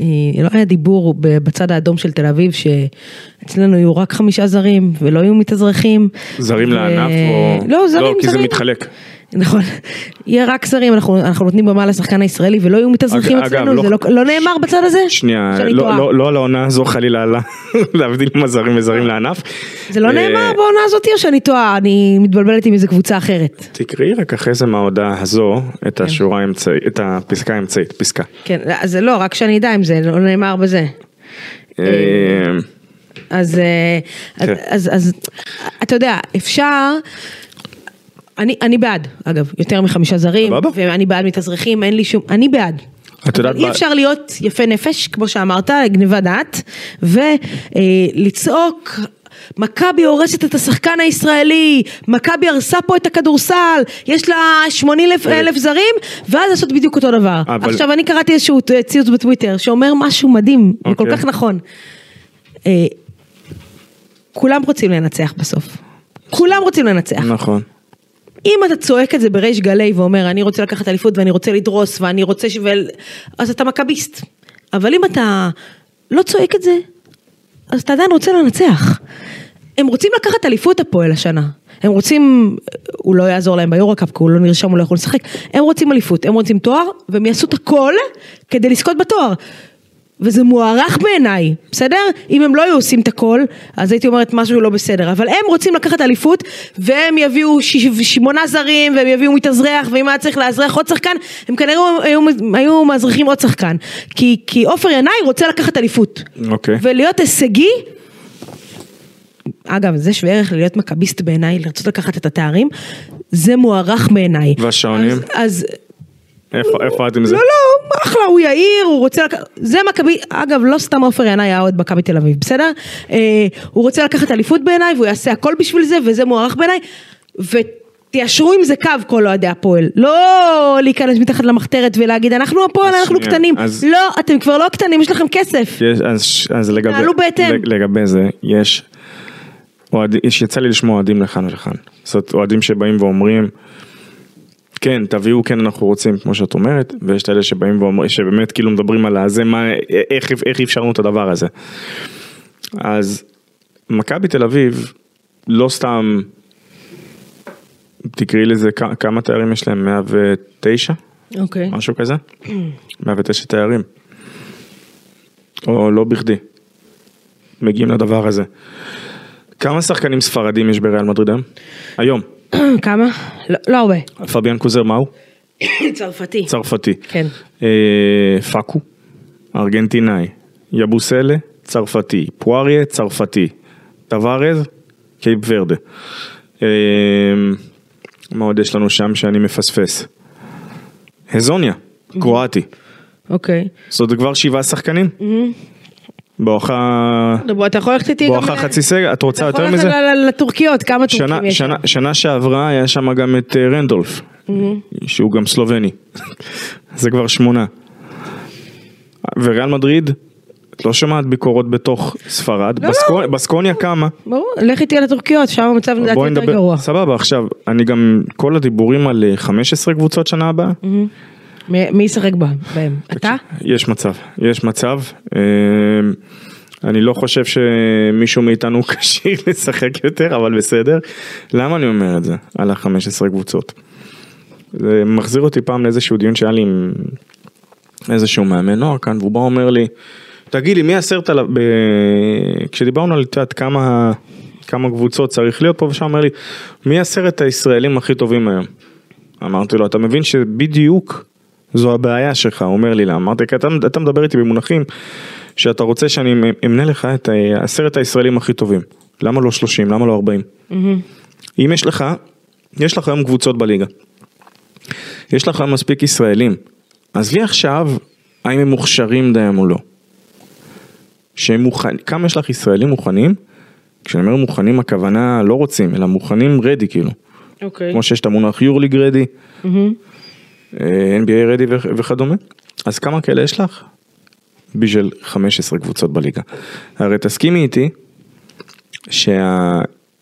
S2: אה, לא היה דיבור ב- בצד האדום של תל אביב שאצלנו יהיו רק חמישה זרים ולא יהיו מתאזרחים.
S3: זרים
S2: ו-
S3: לענף או...
S2: אה, לא, זרים,
S3: לא, כי זה
S2: זרים.
S3: מתחלק.
S2: נכון, יהיה רק זרים, אנחנו, אנחנו נותנים במה לשחקן הישראלי ולא יהיו מתאזרחים
S3: אגב,
S2: אצלנו,
S3: לא-
S2: זה לא, לא נאמר בצד הזה?
S3: שנייה,
S2: שאני
S3: לא-
S2: טועה.
S3: לא לא על העונה הזו חלילה, על ה- להבדיל מהזרים וזרים לענף.
S2: זה לא
S3: אה,
S2: נאמר בעונה הזאת או שאני טועה, אני מתבלבלת עם איזה קבוצה אחרת.
S3: תקראי רק אחרי זה מההודעה הזו את השורה האמצעית, את הפסקה האמצעית, פסקה.
S2: כן, זה לא, רק שאני אדע אם זה לא נאמר בזה.
S3: אה,
S2: אז, אה, אז,
S3: כן.
S2: אז, אז אתה יודע, אפשר... אני, אני בעד, אגב, יותר מחמישה זרים,
S3: סבבה.
S2: ואני בעד מתאזרחים, אין לי שום, אני בעד.
S3: את יודעת
S2: אבל אי
S3: מה-
S2: אפשר להיות יפה נפש, כמו שאמרת, גניבת דעת, ולצעוק, מכבי הורסת את השחקן הישראלי, מכבי הרסה פה את הכדורסל, יש לה 80 אלף- אלף זרים, ואז לעשות בדיוק אותו דבר.
S3: אבל-
S2: עכשיו, אני קראתי איזשהו ט- ציוץ בטוויטר, שאומר משהו מדהים, וכל
S3: אוקיי.
S2: כך נכון. אה, כולם רוצים לנצח בסוף. כולם רוצים לנצח.
S3: נכון.
S2: אם אתה צועק את זה בריש גלי ואומר אני רוצה לקחת אליפות ואני רוצה לדרוס ואני רוצה ש... ואל- אז אתה מכביסט. אבל אם אתה לא צועק את זה, אז אתה עדיין רוצה לנצח. הם רוצים לקחת אליפות הפועל השנה. הם רוצים, הוא לא יעזור להם ביורקאפ כי הוא לא נרשם, הוא לא יכול לשחק. הם רוצים אליפות, הם רוצים תואר, והם יעשו את הכל כדי לזכות בתואר. וזה מוערך בעיניי, בסדר? אם הם לא היו עושים את הכל, אז הייתי אומרת משהו לא בסדר. אבל הם רוצים לקחת אליפות, והם יביאו ש- שמונה זרים, והם יביאו מתאזרח, ואם היה צריך לאזרח עוד שחקן, הם כנראה היו, היו מאזרחים עוד שחקן. כי, כי עופר ינאי רוצה לקחת אליפות.
S3: אוקיי.
S2: ולהיות הישגי, אגב, זה שווה ערך ללהיות מכביסט בעיניי, לרצות לקחת את התארים, זה מוערך בעיניי.
S3: והשעונים?
S2: אז, אז
S3: איפה איפה את עם זה?
S2: לא, לא, אחלה, הוא יאיר, הוא רוצה לקחת... זה מכבי... אגב, לא סתם עופר ינאי היה עוד מכבי תל אביב, בסדר? אה, הוא רוצה לקחת אליפות בעיניי, והוא יעשה הכל בשביל זה, וזה מוערך בעיניי. ותיישרו עם זה קו כל אוהדי הפועל. לא להיכנס מתחת למחתרת ולהגיד, אנחנו הפועל,
S3: אז
S2: אנחנו
S3: שנייה,
S2: קטנים.
S3: אז-
S2: לא, אתם כבר לא קטנים, יש לכם כסף.
S3: יש, אז, אז לגבי,
S2: תתנהלו לא. בהתאם.
S3: לג- לגבי זה, יש, אוהד, יש, יצא לי לשמוע אוהדים לכאן ולכאן. זאת אומרת, אוהדים שבאים ואומרים, כן, תביאו, כן, אנחנו רוצים, כמו שאת אומרת, ויש את אלה שבאים ואומרים, שבאמת כאילו מדברים על הזה, מה, אה, איך, איך אפשרנו את הדבר הזה. אז מכבי תל אביב, לא סתם, תקראי לזה, כ- כמה תארים יש להם? 109?
S2: אוקיי.
S3: משהו כזה? 109 תיירים. או לא בכדי. מגיעים לדבר הזה. כמה שחקנים ספרדים יש בריאל מדריד היום? היום.
S2: כמה? לא- לא הרבה.
S3: פביאן קוזר מה הוא?
S2: צרפתי.
S3: צרפתי.
S2: כן.
S3: אה, פאקו? ארגנטינאי. יבוסלה? צרפתי. פואריה? צרפתי. טווארז? קייפ ורדה. אה, מה עוד יש לנו שם שאני מפספס? הזוניה. קרואטי.
S2: אוקיי.
S3: זאת כבר שבעה שחקנים?
S2: Mm-hmm.
S3: בואכה...
S2: אתה יכול ללכת איתי
S3: בואכה חצי סגל, את רוצה יותר מזה?
S2: אה, אתה יכול ללכת כן. לטורקיות, כמה
S3: שנה,
S2: טורקים יש?
S3: שנה, שנה שעברה היה שם גם את אה, רנדולף,
S2: Mm-hmm.
S3: שהוא גם סלובני. זה כבר שמונה. וריאל מדריד, את לא שומעת ביקורות בתוך ספרד,
S2: לא.
S3: בסקו- בסקוניה קמה.
S2: ברור, לך איתי לטורקיות, שם המצב לדעתי
S3: בואי
S2: יותר
S3: נדבר,
S2: גרוע.
S3: סבבה, עכשיו, אני גם, כל הדיבורים על אה, 15 קבוצות שנה הבאה,
S2: מי מי ישחק בה- בהם? אתה?
S3: יש מצב, יש מצב. אה, אני לא חושב שמישהו מאיתנו כשיר לשחק יותר, אבל בסדר. למה אני אומר את זה? על ה-15 קבוצות. זה מחזיר אותי פעם לאיזשהו דיון שהיה לי עם איזשהו מאמן נוער כאן, והוא בא אומר לי, תגיד לי, מי עשרת אלף... ב... כשדיברנו על, את יודעת, כמה, כמה קבוצות צריך להיות פה, ושם אומר לי, מי עשרת הישראלים הכי טובים היום? אמרתי לו, אתה מבין שבדיוק זו הבעיה שלך, הוא אומר לי, למה? אמרתי, כי אתה, אתה מדבר איתי במונחים שאתה רוצה שאני אמ- אמנה לך את ה- עשרת הישראלים הכי טובים. למה לא 30? למה לא 40? אם יש לך, יש לך היום קבוצות בליגה. יש לך היום מספיק ישראלים. עזבי עכשיו, האם הם מוכשרים דיים או לא. שהם מוכנים, כמה יש לך ישראלים מוכנים? כשאני אומר מוכנים הכוונה לא רוצים, אלא מוכנים רדי כאילו.
S2: אוקיי.
S3: כמו שיש את המונח יורליג רדי, אה, NBA רדי ו- וכדומה. אז כמה כאלה יש לך? בשביל 15 קבוצות בליגה. הרי תסכימי איתי שאם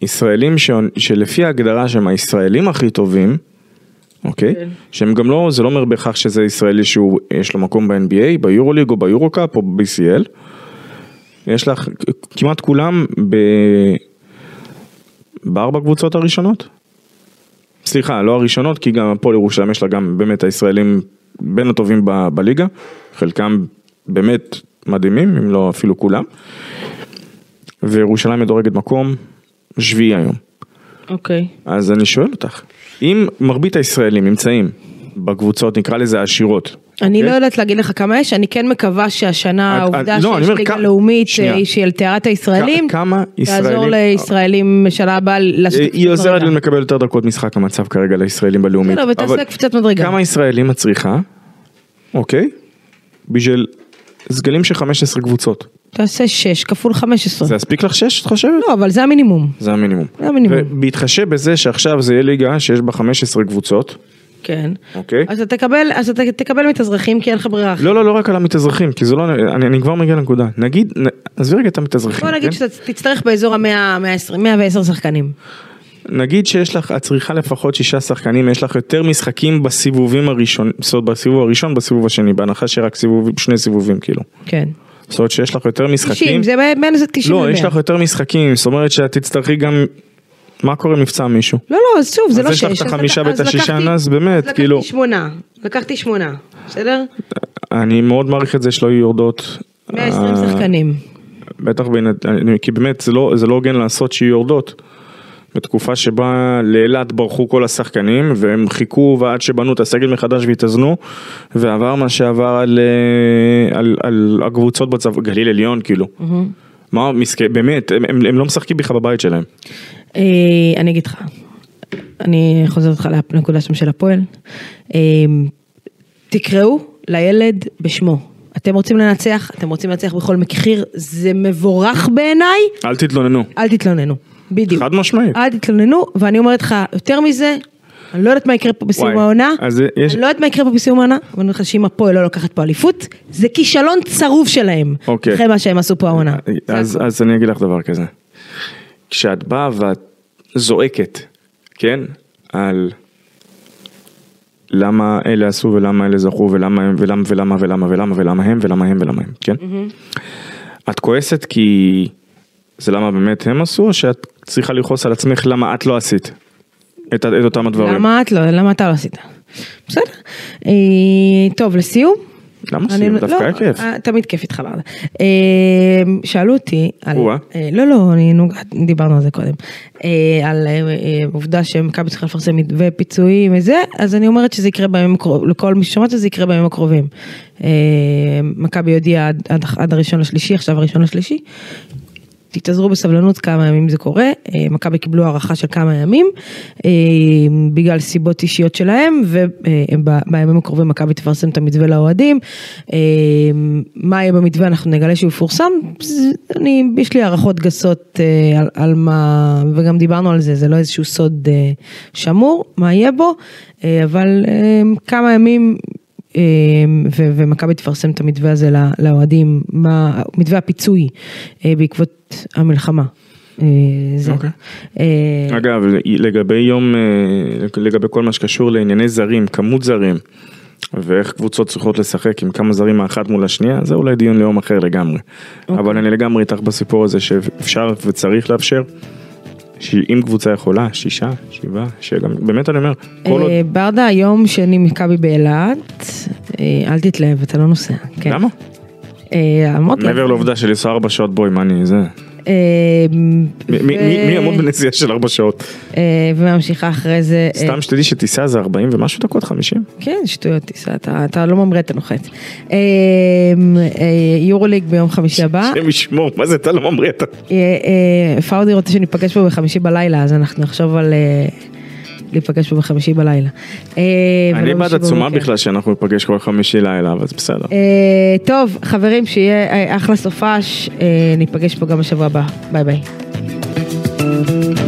S3: ישראלים ש... שלפי ההגדרה שהם הישראלים הכי טובים, אוקיי?
S2: כן.
S3: שהם גם לא, זה לא אומר בהכרח שזה ישראלי שהוא, יש לו מקום ב-NBA, ביורוליג או ביורוקאפ או ב-BCL. יש לך כמעט כולם ב... בארבע קבוצות הראשונות? סליחה, לא הראשונות, כי גם הפועל ירושלים יש לה גם באמת הישראלים בין הטובים ב- בליגה, חלקם באמת מדהימים, אם לא אפילו כולם. וירושלים מדורגת מקום שביעי היום.
S2: אוקיי.
S3: אז אני שואל אותך, אם מרבית הישראלים נמצאים בקבוצות, נקרא לזה העשירות,
S2: אני
S3: אוקיי?
S2: לא יודעת להגיד לך כמה יש, אני כן מקווה שהשנה
S3: את-
S2: העובדה
S3: את- לא, אני
S2: שיש
S3: אומר,
S2: ליגה
S3: כ-
S2: לאומית
S3: שנייה.
S2: אה, שהיא על טהרת הישראלים,
S3: כ- כמה
S2: תעזור
S3: ישראלים-
S2: לישראלים בשנה הבאה לעשות
S3: אה,
S2: קצת
S3: היא עוזרת
S2: מדרגה. לא,
S3: לנו לקבל יותר דקות משחק המצב כרגע לישראלים בלאומית.
S2: בסדר, אבל תעשה קפיצת מדרגה.
S3: כמה ישראלים את צריכה, אוקיי? בשביל סגלים של 15 קבוצות.
S2: תעשה 6 כפול 15.
S3: זה יספיק לך 6 את חושבת?
S2: לא, אבל זה המינימום.
S3: זה המינימום.
S2: זה המינימום.
S3: ובהתחשב בזה שעכשיו זה יהיה ליגה שיש בה 15 קבוצות,
S2: כן.
S3: אוקיי?
S2: אז אתה תקבל, אז אתה תקבל מתאזרחים כי אין לך ברירה. אחרת.
S3: לא, לא, לא רק על המתאזרחים, כי זה לא... אני, אני כבר מגיע לנקודה. נגיד, נ- עזבי רגע את המתאזרחים.
S2: בוא נגיד
S3: כן?
S2: שאתה תצטרך באזור המאה, 120, 110 שחקנים.
S3: נגיד שיש לך, את צריכה לפחות שישה שחקנים, יש לך יותר משחקים בסיבובים הראשון, זאת אומרת בסיבוב הראשון, בסיבוב השני, בהנחה שרק סיבוב, שני סיבובים כאילו.
S2: כן.
S3: זאת אומרת שיש לך יותר משחקים.
S2: 90, זה ב- בין איזה 90
S3: לא,
S2: ל-100.
S3: יש לך יותר משחקים, זאת אומרת שאת תצטרכי גם, מה קורה אם נפצע מישהו?
S2: לא, לא, אז שוב, זה
S3: אז
S2: לא
S3: יש
S2: שש.
S3: לך את החמישה
S2: לק-
S3: ואת השישה,
S2: לקחתי-
S3: אז באמת, כאילו-
S2: לקחתי שמונה, לקחתי שמונה, בסדר?
S3: אני מאוד מעריך את זה שלא יהיו יורדות.
S2: 120
S3: אה,
S2: שחקנים.
S3: בטח בין, כי באמת זה לא, זה לא הוגן לעשות שיהיו יורדות. בתקופה שבה לאילת ברחו כל השחקנים והם חיכו ועד שבנו את הסגל מחדש והתאזנו ועבר מה שעבר על, אה, על, על הקבוצות בצבא, גליל עליון כאילו. מה מסכן, באמת, הם, הם, הם לא משחקים בכלל בבית שלהם.
S2: אה, אני אגיד לך, אני חוזרת אותך לנקודה שם של הפועל. אה, תקראו לילד בשמו. אתם רוצים לנצח, אתם רוצים לנצח בכל מחיר, זה מבורך בעיניי,
S3: אל תתלוננו.
S2: אל תתלוננו. בדיוק.
S3: חד משמעית.
S2: אל תתלוננו, ואני אומרת לך, יותר מזה, אני לא יודעת מה יקרה פה בסיום
S3: וואי,
S2: העונה,
S3: אז יש-
S2: אני לא יודעת מה יקרה פה בסיום העונה, אבל אני אומרת לך שאם הפועל לא לוקחת פה אליפות, זה כישלון צרוף שלהם.
S3: אוקיי.
S2: אחרי מה שהם עשו פה העונה. זה
S3: אז,
S2: הכל.
S3: אז אני אגיד לך דבר כזה. כשאת באה ואת זועקת, כן? על למה אלה עשו ולמה אלה זכו ולמה הם ולמה ולמה ולמה ולמה ולמה הם ולמה הם ולמה הם, כן?
S2: Mm-hmm.
S3: את כועסת כי זה למה באמת הם עשו, או שאת צריכה לכעוס על עצמך למה את לא עשית את, ה- את אותם הדברים?
S2: למה את לא, למה אתה לא עשית? בסדר. אה, טוב, לסיום.
S3: למה
S2: אני-
S3: עושים? דווקא
S2: לא,
S3: היה כיף.
S2: אה, תמיד כיף איתך ברדה. אה, שאלו אותי, על-
S3: או-אה.
S2: אה, לא לא, אני נוגעת, דיברנו על זה קודם, אה, על אה, אה, עובדה שמכבי צריכה לפרסם מתווה פיצויים וזה, אז אני אומרת שזה יקרה בימים הקרובים, לכל מי ששומעת שזה יקרה בימים הקרובים. אה, מכבי הודיעה עד- עד- עד הראשון לשלישי, עכשיו הראשון לשלישי. תתאזרו בסבלנות כמה ימים זה קורה, אה, מכבי קיבלו הארכה של כמה ימים אה, בגלל סיבות אישיות שלהם ובימים הקרובים מכבי תפרסם את המתווה לאוהדים. אה, מה יהיה במתווה אנחנו נגלה שהוא יפורסם, זה- אני, יש לי הערכות גסות אה, על, על מה, וגם דיברנו על זה, זה לא איזשהו סוד אה, שמור, מה יהיה בו, אה, אבל אה, כמה ימים אה, ו- ומכבי תפרסם את המתווה הזה לא- לאוהדים, מה- מתווה הפיצוי אה, בעקבות המלחמה. אה, זה.
S3: אוקיי.
S2: אה,
S3: אגב, לגבי יום, אה, לגבי כל מה שקשור לענייני זרים, כמות זרים, ואיך קבוצות צריכות לשחק עם כמה זרים האחת מול השנייה, זה אולי דיון ליום אחר לגמרי.
S2: אוקיי.
S3: אבל אני לגמרי איתך בסיפור הזה שאפשר וצריך לאפשר, שאם קבוצה יכולה, שישה, שבעה, שגם, באמת אני אומר, כל עוד...
S2: אה, ברדה, היום שני מכבי באילת, אה, אל תתלהב, אתה לא נוסע. כן.
S3: למה?
S2: אה, אמרתי לך.
S3: מעבר לעובדה שלנסוע ארבע שעות בואי, מה אני, זה...
S2: אה,
S3: מי- מי-
S2: ו-
S3: מי מי יעמוד בנסיעה של ארבע שעות?
S2: אה, וממשיכה אחרי זה. אה,
S3: סתם שתדעי שטיסה זה 40 ומשהו דקות, 50?
S2: כן, שטויות, טיסה, אתה, אתה לא ממריא, אתה נוחת. אה, אה, יורוליג ביום חמישי הבא.
S3: השם ישמור, מה זה, אתה לא ממריא, אתה...
S2: אה, אה, פאודי רוצה שניפגש פה בחמישי בלילה, אז אנחנו נחשוב על אה, להיפגש פה בחמישי בלילה. אה,
S3: אני
S2: ולא
S3: בעד
S2: בשישי
S3: עצומה
S2: בבוקר.
S3: בכלל שאנחנו ניפגש כל חמישי לילה, אבל זה בסדר.
S2: אוקיי. אה, טוב, חברים, שיהיה אה, אחלה סופש, אה, ניפגש פה גם בשבוע הבא. ביי ביי.